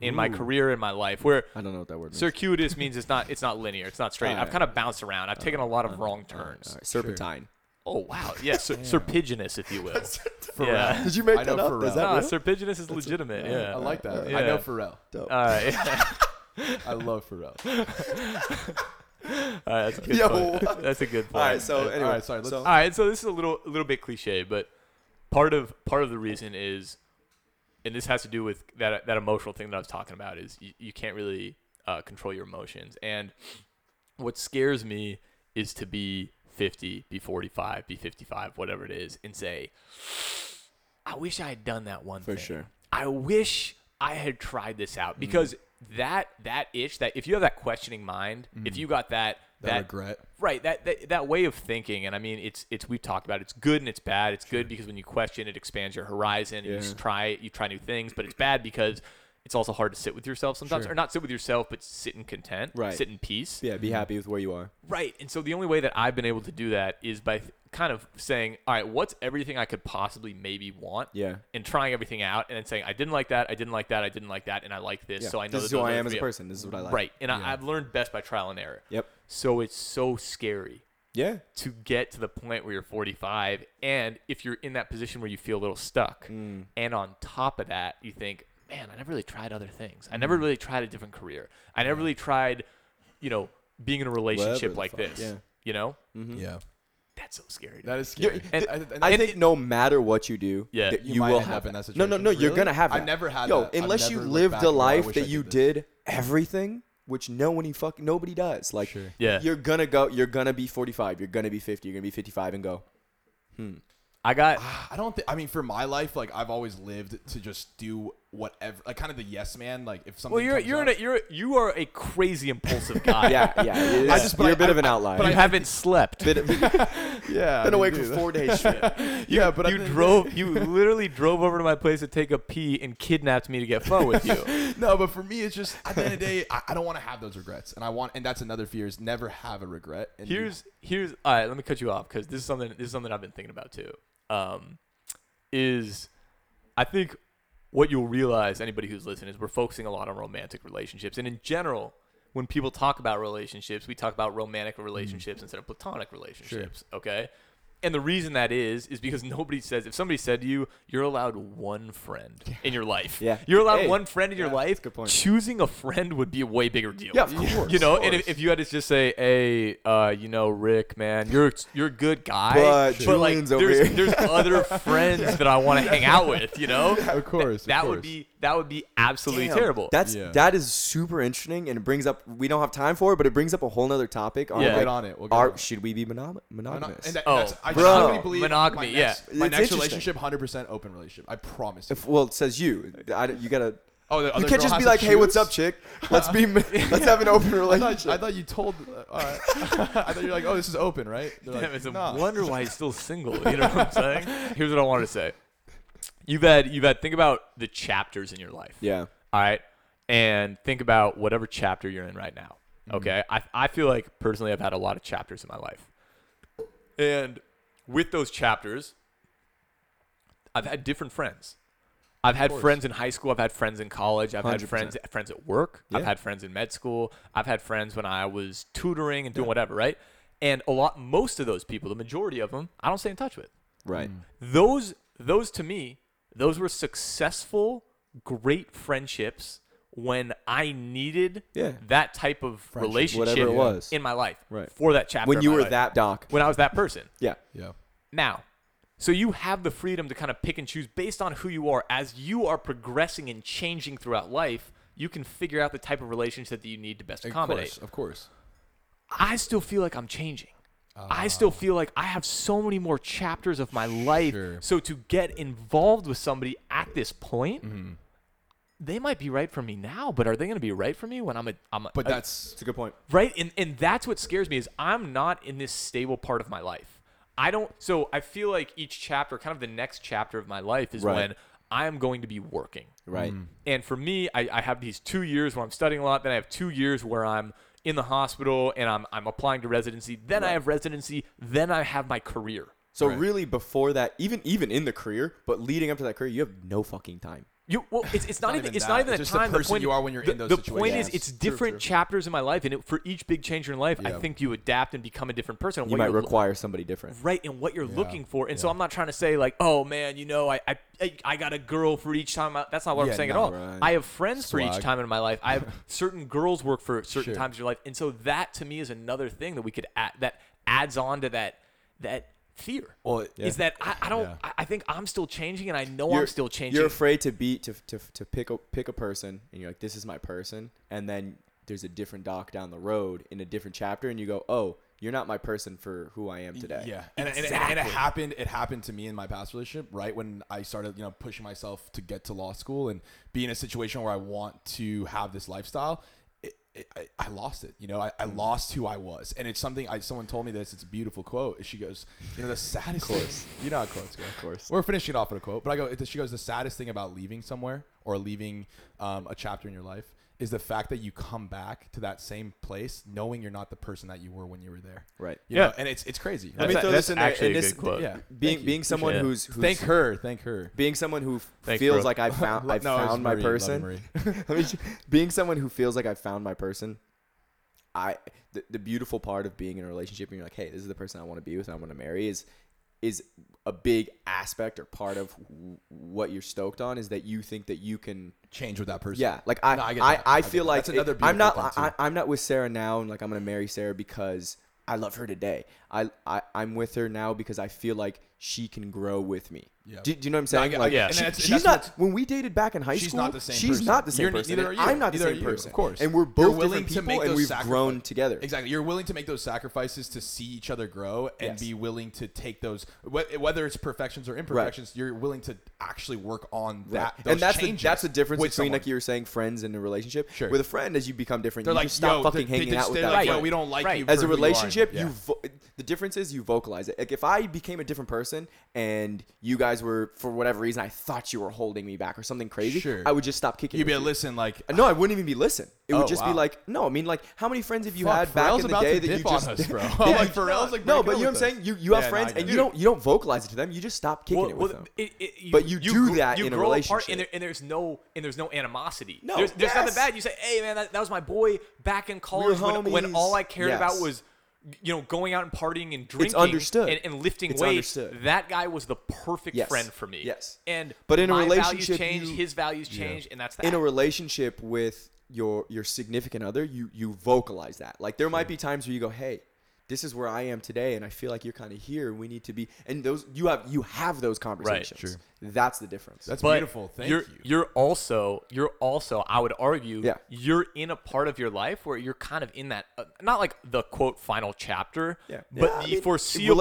Speaker 3: in my career in my life where
Speaker 1: I don't know what that word means.
Speaker 3: circuitous means it's not it's not linear, it's not straight. I've
Speaker 1: Alright.
Speaker 3: kind of bounced around. I've taken a lot of wrong turns.
Speaker 1: All right, serpentine.
Speaker 3: Oh wow, yeah, sur- serpiginous, if you will. yeah.
Speaker 1: Did you make
Speaker 2: I know
Speaker 1: that up?
Speaker 2: Pharrell.
Speaker 1: Is that
Speaker 3: Nah,
Speaker 1: real?
Speaker 3: serpiginous is legitimate. yeah,
Speaker 2: I like that.
Speaker 3: Yeah.
Speaker 2: I know Pharrell.
Speaker 1: Dope.
Speaker 3: All right.
Speaker 2: I love Pharrell.
Speaker 3: All right, that's a good
Speaker 1: Yo,
Speaker 3: point.
Speaker 1: what?
Speaker 3: That's a good point.
Speaker 1: All right. So anyway,
Speaker 2: right, sorry, let's-
Speaker 1: so-
Speaker 3: All right, so this is a little a little bit cliche, but part of part of the reason is, and this has to do with that that emotional thing that I was talking about is you, you can't really uh, control your emotions, and what scares me is to be 50, be 45, be 55, whatever it is, and say, I wish I had done that one
Speaker 1: For
Speaker 3: thing.
Speaker 1: sure. Mm-hmm.
Speaker 3: I wish I had tried this out because that that itch that if you have that questioning mind,
Speaker 1: Mm-hmm.
Speaker 3: if you got that
Speaker 2: That regret.
Speaker 3: Right, that, that that way of thinking, and I mean, it's it's we've talked about it. it's good and it's bad. It's good because when you question, it expands your horizon. And You
Speaker 1: Yeah.
Speaker 3: just try you try new things, but it's bad because it's also hard to sit with yourself sometimes,
Speaker 2: Sure.
Speaker 3: or not sit with yourself, but sit in content,
Speaker 1: Right.
Speaker 3: Sit in peace,
Speaker 1: yeah, be happy with where you are.
Speaker 3: right. And so the only way that I've been able to do that is by th- kind of saying, all right, what's everything I could possibly maybe want,
Speaker 1: Yeah.
Speaker 3: and trying everything out, and then saying, I didn't like that, I didn't like that, I didn't like that, and I like this,
Speaker 1: Yeah.
Speaker 3: so I know
Speaker 1: this is
Speaker 3: that
Speaker 1: who
Speaker 3: those
Speaker 1: I
Speaker 3: are
Speaker 1: am as a
Speaker 3: real.
Speaker 1: person. This is what I like.
Speaker 3: right? And I, I've learned best by trial and error.
Speaker 1: Yep.
Speaker 3: So it's so scary
Speaker 1: Yeah.
Speaker 3: to get to the point where you're 45 and if you're in that position where you feel a little stuck
Speaker 2: Mm.
Speaker 3: and on top of that you think man i never really tried other things i
Speaker 2: Mm.
Speaker 3: never really tried a different career i never really tried you know being in a relationship
Speaker 1: the
Speaker 3: like
Speaker 1: fuck,
Speaker 3: this
Speaker 1: yeah.
Speaker 3: you know
Speaker 2: Yeah.
Speaker 3: that's so scary
Speaker 2: Mm. That is
Speaker 1: You-
Speaker 2: scary.
Speaker 3: Mm-hmm. And-
Speaker 2: I- I-
Speaker 1: I think no matter what you do,
Speaker 3: Yeah.
Speaker 1: that
Speaker 2: You
Speaker 1: you,
Speaker 2: might
Speaker 1: will
Speaker 2: end
Speaker 1: have
Speaker 2: up in that
Speaker 1: No, no, no.
Speaker 2: situation.
Speaker 1: You're gonna have
Speaker 2: I
Speaker 1: that.
Speaker 2: never had
Speaker 1: Yo,
Speaker 2: that. I've
Speaker 1: unless you
Speaker 2: never looked
Speaker 1: lived
Speaker 2: back
Speaker 1: a
Speaker 2: and go, "I
Speaker 1: life
Speaker 2: wish
Speaker 1: that
Speaker 2: I
Speaker 1: you
Speaker 2: did
Speaker 1: did everything, which no one you fuck nobody does. Like,
Speaker 2: Sure.
Speaker 3: Yeah.
Speaker 1: you're gonna go. You're gonna be 45. You're gonna be 50. You're gonna be 55 and go.
Speaker 3: i got
Speaker 2: I don't think. I mean, for my life, like I've always lived to just do whatever, like kind of the yes man. Like if something.
Speaker 3: well you're
Speaker 2: comes
Speaker 3: you're
Speaker 2: up,
Speaker 3: in a, you're you are a crazy impulsive guy
Speaker 1: Yeah, yeah. It is,
Speaker 2: I just- but
Speaker 1: you're
Speaker 2: I-
Speaker 1: a bit of an
Speaker 2: I-
Speaker 1: outlier.
Speaker 3: you haven't slept
Speaker 1: bit of, been
Speaker 2: yeah. I mean,
Speaker 1: awake for
Speaker 2: dude,
Speaker 1: four days straight.
Speaker 2: Yeah, but I
Speaker 3: you
Speaker 2: think-
Speaker 3: drove you literally drove over to my place to take a pee and kidnapped me to get fun with you
Speaker 2: No, but for me, it's just at the end of the day, I, I don't want to have those regrets, and I want, and that's another fear is never have a regret. And you-
Speaker 3: here's here's all right let me cut you off because this is something this is something i've been thinking about too um is i think what you'll realize anybody who's listening is we're focusing a lot on romantic relationships and in general when
Speaker 1: Mm.
Speaker 3: people talk about relationships we talk about romantic relationships instead of platonic relationships okay And the reason that is is because nobody says if somebody said to you, you're allowed one friend in your life.
Speaker 1: Yeah.
Speaker 3: You're allowed
Speaker 1: Hey,
Speaker 3: one friend in your
Speaker 1: yeah,
Speaker 3: life.
Speaker 1: that's a good point.
Speaker 3: Choosing a friend would be a way bigger deal.
Speaker 1: Yeah, of course,
Speaker 3: You know,
Speaker 1: of
Speaker 3: and if,
Speaker 1: course.
Speaker 3: if you had to just say, Hey, uh, you know, Rick, man, you're you're a good guy.
Speaker 1: But
Speaker 3: like
Speaker 1: Julian's over
Speaker 3: there's
Speaker 1: here.
Speaker 3: there's other friends that I want to hang out with, you know?
Speaker 2: Of course. of
Speaker 3: that would
Speaker 2: course.
Speaker 3: be that would be absolutely
Speaker 1: Damn,
Speaker 3: terrible.
Speaker 1: That's
Speaker 2: Yeah.
Speaker 1: that is super interesting, and it brings up we don't have time for it, but it brings up a whole nother topic. On
Speaker 3: Yeah. We'll
Speaker 1: like,
Speaker 2: get on it, we'll get
Speaker 1: are-
Speaker 2: on it.
Speaker 1: should we be monog-
Speaker 2: And I-
Speaker 1: monogamous?
Speaker 2: and that-
Speaker 3: Oh,
Speaker 2: that's, I
Speaker 1: bro.
Speaker 2: strongly believe
Speaker 3: Monogamy,
Speaker 2: My next,
Speaker 1: yeah.
Speaker 2: My
Speaker 1: It's
Speaker 2: next
Speaker 1: interesting.
Speaker 2: relationship, 100% open relationship. I promise. you.
Speaker 1: If- well, it says you. I don't- you gotta.
Speaker 2: oh, the
Speaker 1: You
Speaker 2: other
Speaker 1: can't
Speaker 2: girl
Speaker 1: just
Speaker 2: has
Speaker 1: be
Speaker 2: to
Speaker 1: like, "Hey, what's
Speaker 2: choose?
Speaker 1: up, chick? Let's be, let's have an open
Speaker 2: I thought, I
Speaker 1: relationship."
Speaker 2: thought you told. Uh, all right. I thought you were like, oh, this is open, right? They're like,
Speaker 3: Damn, it's a
Speaker 2: "Nah."
Speaker 3: wonder why he's still single. You know what I'm saying? Here's what I wanted to say. You've had you've had think about the chapters in your life.
Speaker 1: Yeah,
Speaker 3: All right. And think about whatever chapter you're in right now. Okay. I I feel like personally I've had a lot of chapters in my life. And with those chapters, I've had different friends. I've had
Speaker 2: course.
Speaker 3: friends in high school. I've had friends in college. I've had
Speaker 1: 100%.
Speaker 3: friends friends at work. I've
Speaker 1: Yeah.
Speaker 3: had friends in med school. I've had friends when I was tutoring and doing whatever, right? And a lot, most of those people, the majority of them, I don't stay in touch with.
Speaker 1: right.
Speaker 3: Mm. Those, those to me, those were successful, great friendships when I needed
Speaker 1: Yeah.
Speaker 3: that type of relationship
Speaker 1: whatever it was.
Speaker 3: in my life
Speaker 1: Right.
Speaker 3: for that chapter.
Speaker 1: When
Speaker 3: of
Speaker 1: you
Speaker 3: my
Speaker 1: were
Speaker 3: life.
Speaker 1: that doc.
Speaker 3: when I was that person
Speaker 1: Yeah,
Speaker 2: Yeah.
Speaker 3: now. So you have the freedom to kind of pick and choose based on who you are as you are progressing and changing throughout life. You can figure out the type of relationship that you need to best
Speaker 2: Of
Speaker 3: accommodate.
Speaker 2: course. Of course.
Speaker 3: I still feel like I'm changing.
Speaker 2: Ah.
Speaker 3: I still feel like I have so many more chapters of my life.
Speaker 2: Sure.
Speaker 3: So to get involved with somebody at this point,
Speaker 2: Mm-hmm.
Speaker 3: they might be right for me now, but are they going to be right for me when I'm a I'm a,
Speaker 2: But
Speaker 3: a-
Speaker 2: that's.
Speaker 1: it's a good point.
Speaker 3: right and and that's what scares me is i'm not in this stable part of my life i don't so i feel like each chapter kind of the next chapter of my life is
Speaker 1: Right.
Speaker 3: when i am going to be working
Speaker 1: Right.
Speaker 3: and for me I, I have these two years where i'm studying a lot then i have two years where i'm in the hospital and i'm, I'm applying to residency then i have residency then i have my career
Speaker 1: So really, before that, even even in the career, but leading up to that career, you have no fucking time.
Speaker 3: You well, it's, it's not, even,
Speaker 2: even
Speaker 3: it's
Speaker 2: that.
Speaker 3: not even
Speaker 2: It's
Speaker 3: the
Speaker 2: just the
Speaker 3: time. The,
Speaker 2: person
Speaker 3: point
Speaker 2: you are when you're
Speaker 3: the,
Speaker 2: in those
Speaker 3: the point is,
Speaker 2: situations.
Speaker 3: it's
Speaker 2: True,
Speaker 3: different
Speaker 2: true.
Speaker 3: chapters in my life, and it, for each big change in your life, I
Speaker 2: Yeah.
Speaker 3: think you adapt and become a different person.
Speaker 1: You might require somebody different.
Speaker 3: right in what you're looking for. And so I'm not trying to say like, oh man, you know, I I, I- I got a girl for each time. I, that's not what
Speaker 2: Yeah,
Speaker 3: I'm saying
Speaker 2: no,
Speaker 3: at all.
Speaker 1: right.
Speaker 3: I have friends for
Speaker 2: Swag.
Speaker 3: each time in my life. I have certain girls work for certain
Speaker 2: Sure.
Speaker 3: times of your life. And so that to me is another thing that we could add that adds on to that that fear.
Speaker 1: Well,
Speaker 3: Is that I, I don't
Speaker 2: Yeah.
Speaker 3: I, I think I'm still changing and I know I'm still changing.
Speaker 1: You're afraid to be to, to, to pick a pick a person, and you're like, "This is my person," and then there's a different doc down the road in a different chapter, and you go, "Oh, you're not my person for who I am today."
Speaker 2: Yeah, and, and- and, and, it happened. It happened to me in my past relationship, right when I started, you know, pushing myself to get to law school and be in a situation where I want to have this lifestyle. It, it, I, I lost it. You know, I, I lost who I was, and it's something. I someone told me this. It's a beautiful quote. She goes, you know, the saddest. course, you know how quotes go. Of
Speaker 1: course.
Speaker 2: we're finishing it off with a quote, but I go. it- She goes, the saddest thing about leaving somewhere or leaving um, a chapter in your life is the fact that you come back to that same place knowing you're not the person that you were when you were there.
Speaker 1: Right.
Speaker 2: You
Speaker 3: Yeah.
Speaker 2: know, and it's it's crazy.
Speaker 1: Let me
Speaker 3: That's-
Speaker 1: throw
Speaker 3: that's
Speaker 1: this in there,
Speaker 3: actually
Speaker 1: and
Speaker 3: a
Speaker 1: this-
Speaker 3: good quote.
Speaker 2: Yeah.
Speaker 1: Being being someone
Speaker 3: Appreciate it.
Speaker 1: who's, who's
Speaker 2: Thank her. Thank her.
Speaker 1: being someone who
Speaker 3: Thanks,
Speaker 1: feels
Speaker 3: bro.
Speaker 1: like I found I
Speaker 2: No, it's
Speaker 1: found my
Speaker 2: Marie. Love you,
Speaker 1: person.
Speaker 2: Marie.
Speaker 1: I mean, being someone who feels like I found my person, I the, the beautiful part of being in a relationship and you're like, hey, this is the person I want to be with, I want to marry is is a big aspect or part of w- what you're stoked on is that you think that you can
Speaker 2: Change with that person.
Speaker 1: yeah, like I,
Speaker 2: No, I
Speaker 1: I,
Speaker 2: get
Speaker 1: I,
Speaker 2: that. I get
Speaker 1: feel
Speaker 2: that.
Speaker 1: like
Speaker 2: That's another
Speaker 1: it- I'm not,
Speaker 2: beautiful thing,
Speaker 1: I, I'm not with Sarah now, and like I'm gonna marry Sarah because I love her today. I, I, I'm with her now because I feel like she can grow with me.
Speaker 2: Yeah.
Speaker 1: Do, do you know what I'm saying?
Speaker 2: get- I
Speaker 1: like,
Speaker 2: get- and
Speaker 1: she-
Speaker 2: that's- and
Speaker 1: she's
Speaker 2: that's
Speaker 1: not.
Speaker 2: what's-
Speaker 1: When we dated back in high
Speaker 2: She's
Speaker 1: school,
Speaker 2: not the same
Speaker 1: She's
Speaker 2: person.
Speaker 1: not the same
Speaker 2: You're-
Speaker 1: person.
Speaker 2: neither
Speaker 1: and
Speaker 2: are you.
Speaker 1: I'm not the
Speaker 2: Neither are
Speaker 1: same
Speaker 2: you,
Speaker 1: person.
Speaker 2: of course.
Speaker 1: and we're
Speaker 2: You're
Speaker 1: both
Speaker 2: willing
Speaker 1: different
Speaker 2: to
Speaker 1: people,
Speaker 2: make
Speaker 1: and
Speaker 2: those
Speaker 1: we've
Speaker 2: sacrifices.
Speaker 1: grown together.
Speaker 2: Exactly. You're willing to make those sacrifices to see each other grow and
Speaker 1: Yes.
Speaker 2: be willing to take those, wh- whether it's perfections or imperfections, you're willing to actually work on that.
Speaker 1: Right.
Speaker 2: those
Speaker 1: and that's the,
Speaker 2: changes
Speaker 1: that's the difference
Speaker 2: with
Speaker 1: between
Speaker 2: someone.
Speaker 1: like you were saying friends in a relationship.
Speaker 2: Sure.
Speaker 1: With a friend, as you become different,
Speaker 2: They're
Speaker 1: you
Speaker 2: like,
Speaker 1: just stop
Speaker 2: yo,
Speaker 1: fucking
Speaker 2: they- they
Speaker 1: hanging
Speaker 2: just-
Speaker 1: out with
Speaker 2: they're
Speaker 1: that
Speaker 2: like,
Speaker 1: friend.
Speaker 2: yo, we don't like
Speaker 3: Right.
Speaker 2: you.
Speaker 1: as
Speaker 2: for
Speaker 1: a
Speaker 2: who you are.
Speaker 1: relationship,
Speaker 2: Yeah.
Speaker 1: you vo- the difference is you vocalize it. Like if I became a different person and you guys were for whatever reason I thought you were holding me back or something crazy,
Speaker 2: Sure.
Speaker 1: I would just stop kicking.
Speaker 2: you'd be
Speaker 1: with
Speaker 2: a listen like.
Speaker 1: No, I wouldn't even be listen. It would
Speaker 2: Oh,
Speaker 1: just
Speaker 2: wow.
Speaker 1: be like no. I mean, like how many friends have you
Speaker 2: Fuck,
Speaker 1: had back
Speaker 2: Pharrell's
Speaker 1: in the
Speaker 2: about
Speaker 1: day
Speaker 2: to
Speaker 1: that you
Speaker 2: dip on
Speaker 1: just
Speaker 2: us, bro.
Speaker 1: Yeah,
Speaker 2: Oh, like
Speaker 1: you-
Speaker 2: Pharrell's, like, breaking
Speaker 1: no, but
Speaker 2: up
Speaker 1: you know what I'm
Speaker 2: with us.
Speaker 1: saying. You you have
Speaker 2: Yeah, no, I
Speaker 1: friends
Speaker 2: get
Speaker 1: and
Speaker 2: it.
Speaker 1: you don't you don't vocalize it to them. You just stop kicking it with them.
Speaker 3: it- it-
Speaker 1: But you do
Speaker 3: grew-
Speaker 1: that
Speaker 3: you
Speaker 1: in a
Speaker 3: grow
Speaker 1: relationship.
Speaker 3: apart, and, there, and there's no and there's no animosity.
Speaker 1: No,
Speaker 3: there's, there's nothing
Speaker 1: yes.
Speaker 3: bad. You say, "Hey, man, that, that was my boy back in college when, when
Speaker 1: homies."
Speaker 3: all I cared about
Speaker 1: Yes.
Speaker 3: was you know, going out and partying and drinking
Speaker 1: understood.
Speaker 3: and, and lifting
Speaker 1: It's
Speaker 3: weights,
Speaker 1: understood.
Speaker 3: that guy was the perfect
Speaker 1: Yes.
Speaker 3: friend for me.
Speaker 1: Yes.
Speaker 3: And
Speaker 1: But in a
Speaker 3: my
Speaker 1: relationship,
Speaker 3: values change,
Speaker 1: you-
Speaker 3: his values change, and that's that.
Speaker 1: in a relationship with your your significant other, you you vocalize that. Like there might be times where you go, "Hey, this is where I am today, and I feel like you're kind of here. We need to be." And those you have you have those conversations.
Speaker 2: True.
Speaker 1: That's the difference.
Speaker 2: That's
Speaker 3: But
Speaker 2: beautiful. Thank
Speaker 3: you're,
Speaker 2: you
Speaker 3: You're also, you're also, I would argue,
Speaker 1: Yeah.
Speaker 3: you're in a part of your life where you're kind of in that, uh, not like the quote final chapter,
Speaker 1: Yeah.
Speaker 3: but
Speaker 1: Yeah, I
Speaker 3: the
Speaker 1: mean,
Speaker 3: foreseeable part of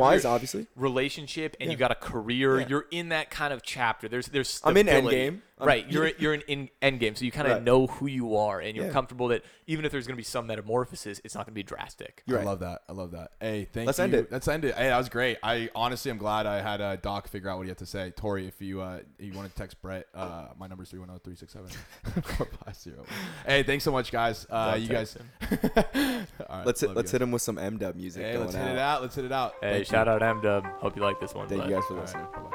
Speaker 1: relationship-wise,
Speaker 3: your
Speaker 1: obviously.
Speaker 3: relationship, and you got a career.
Speaker 1: Yeah.
Speaker 3: You're in that kind of chapter. There's, there's.
Speaker 1: I'm in
Speaker 3: stability.
Speaker 1: Endgame. I'm-
Speaker 3: right? You're, you're in, in end game, so you kind of
Speaker 1: Right.
Speaker 3: know who you are, and you're
Speaker 1: Yeah.
Speaker 3: comfortable that even if there's going to be some metamorphosis, it's not going to be drastic.
Speaker 1: You're
Speaker 2: I
Speaker 1: right.
Speaker 2: love that. I love that. Hey, thank
Speaker 1: Let's
Speaker 2: you.
Speaker 1: end it.
Speaker 2: Let's end it. Hey, that was great. I honestly, I'm glad I had uh, Doc figure out what he had to say. Tori, if you uh, if you want to text Brett, uh, my number is 310-367-450. Hey, thanks so much, guys. Uh, you guys. All right,
Speaker 1: let's hit,
Speaker 2: love
Speaker 1: let's
Speaker 2: you.
Speaker 1: hit him with some M Dub music.
Speaker 2: Hey,
Speaker 1: going
Speaker 2: let's hit it out. Let's hit it out.
Speaker 3: Hey,
Speaker 2: Thank
Speaker 3: shout out M Dub. Hope you like this one.
Speaker 1: Thank
Speaker 3: bud.
Speaker 1: you guys for
Speaker 2: you. All
Speaker 1: listening.
Speaker 2: right, bye-bye.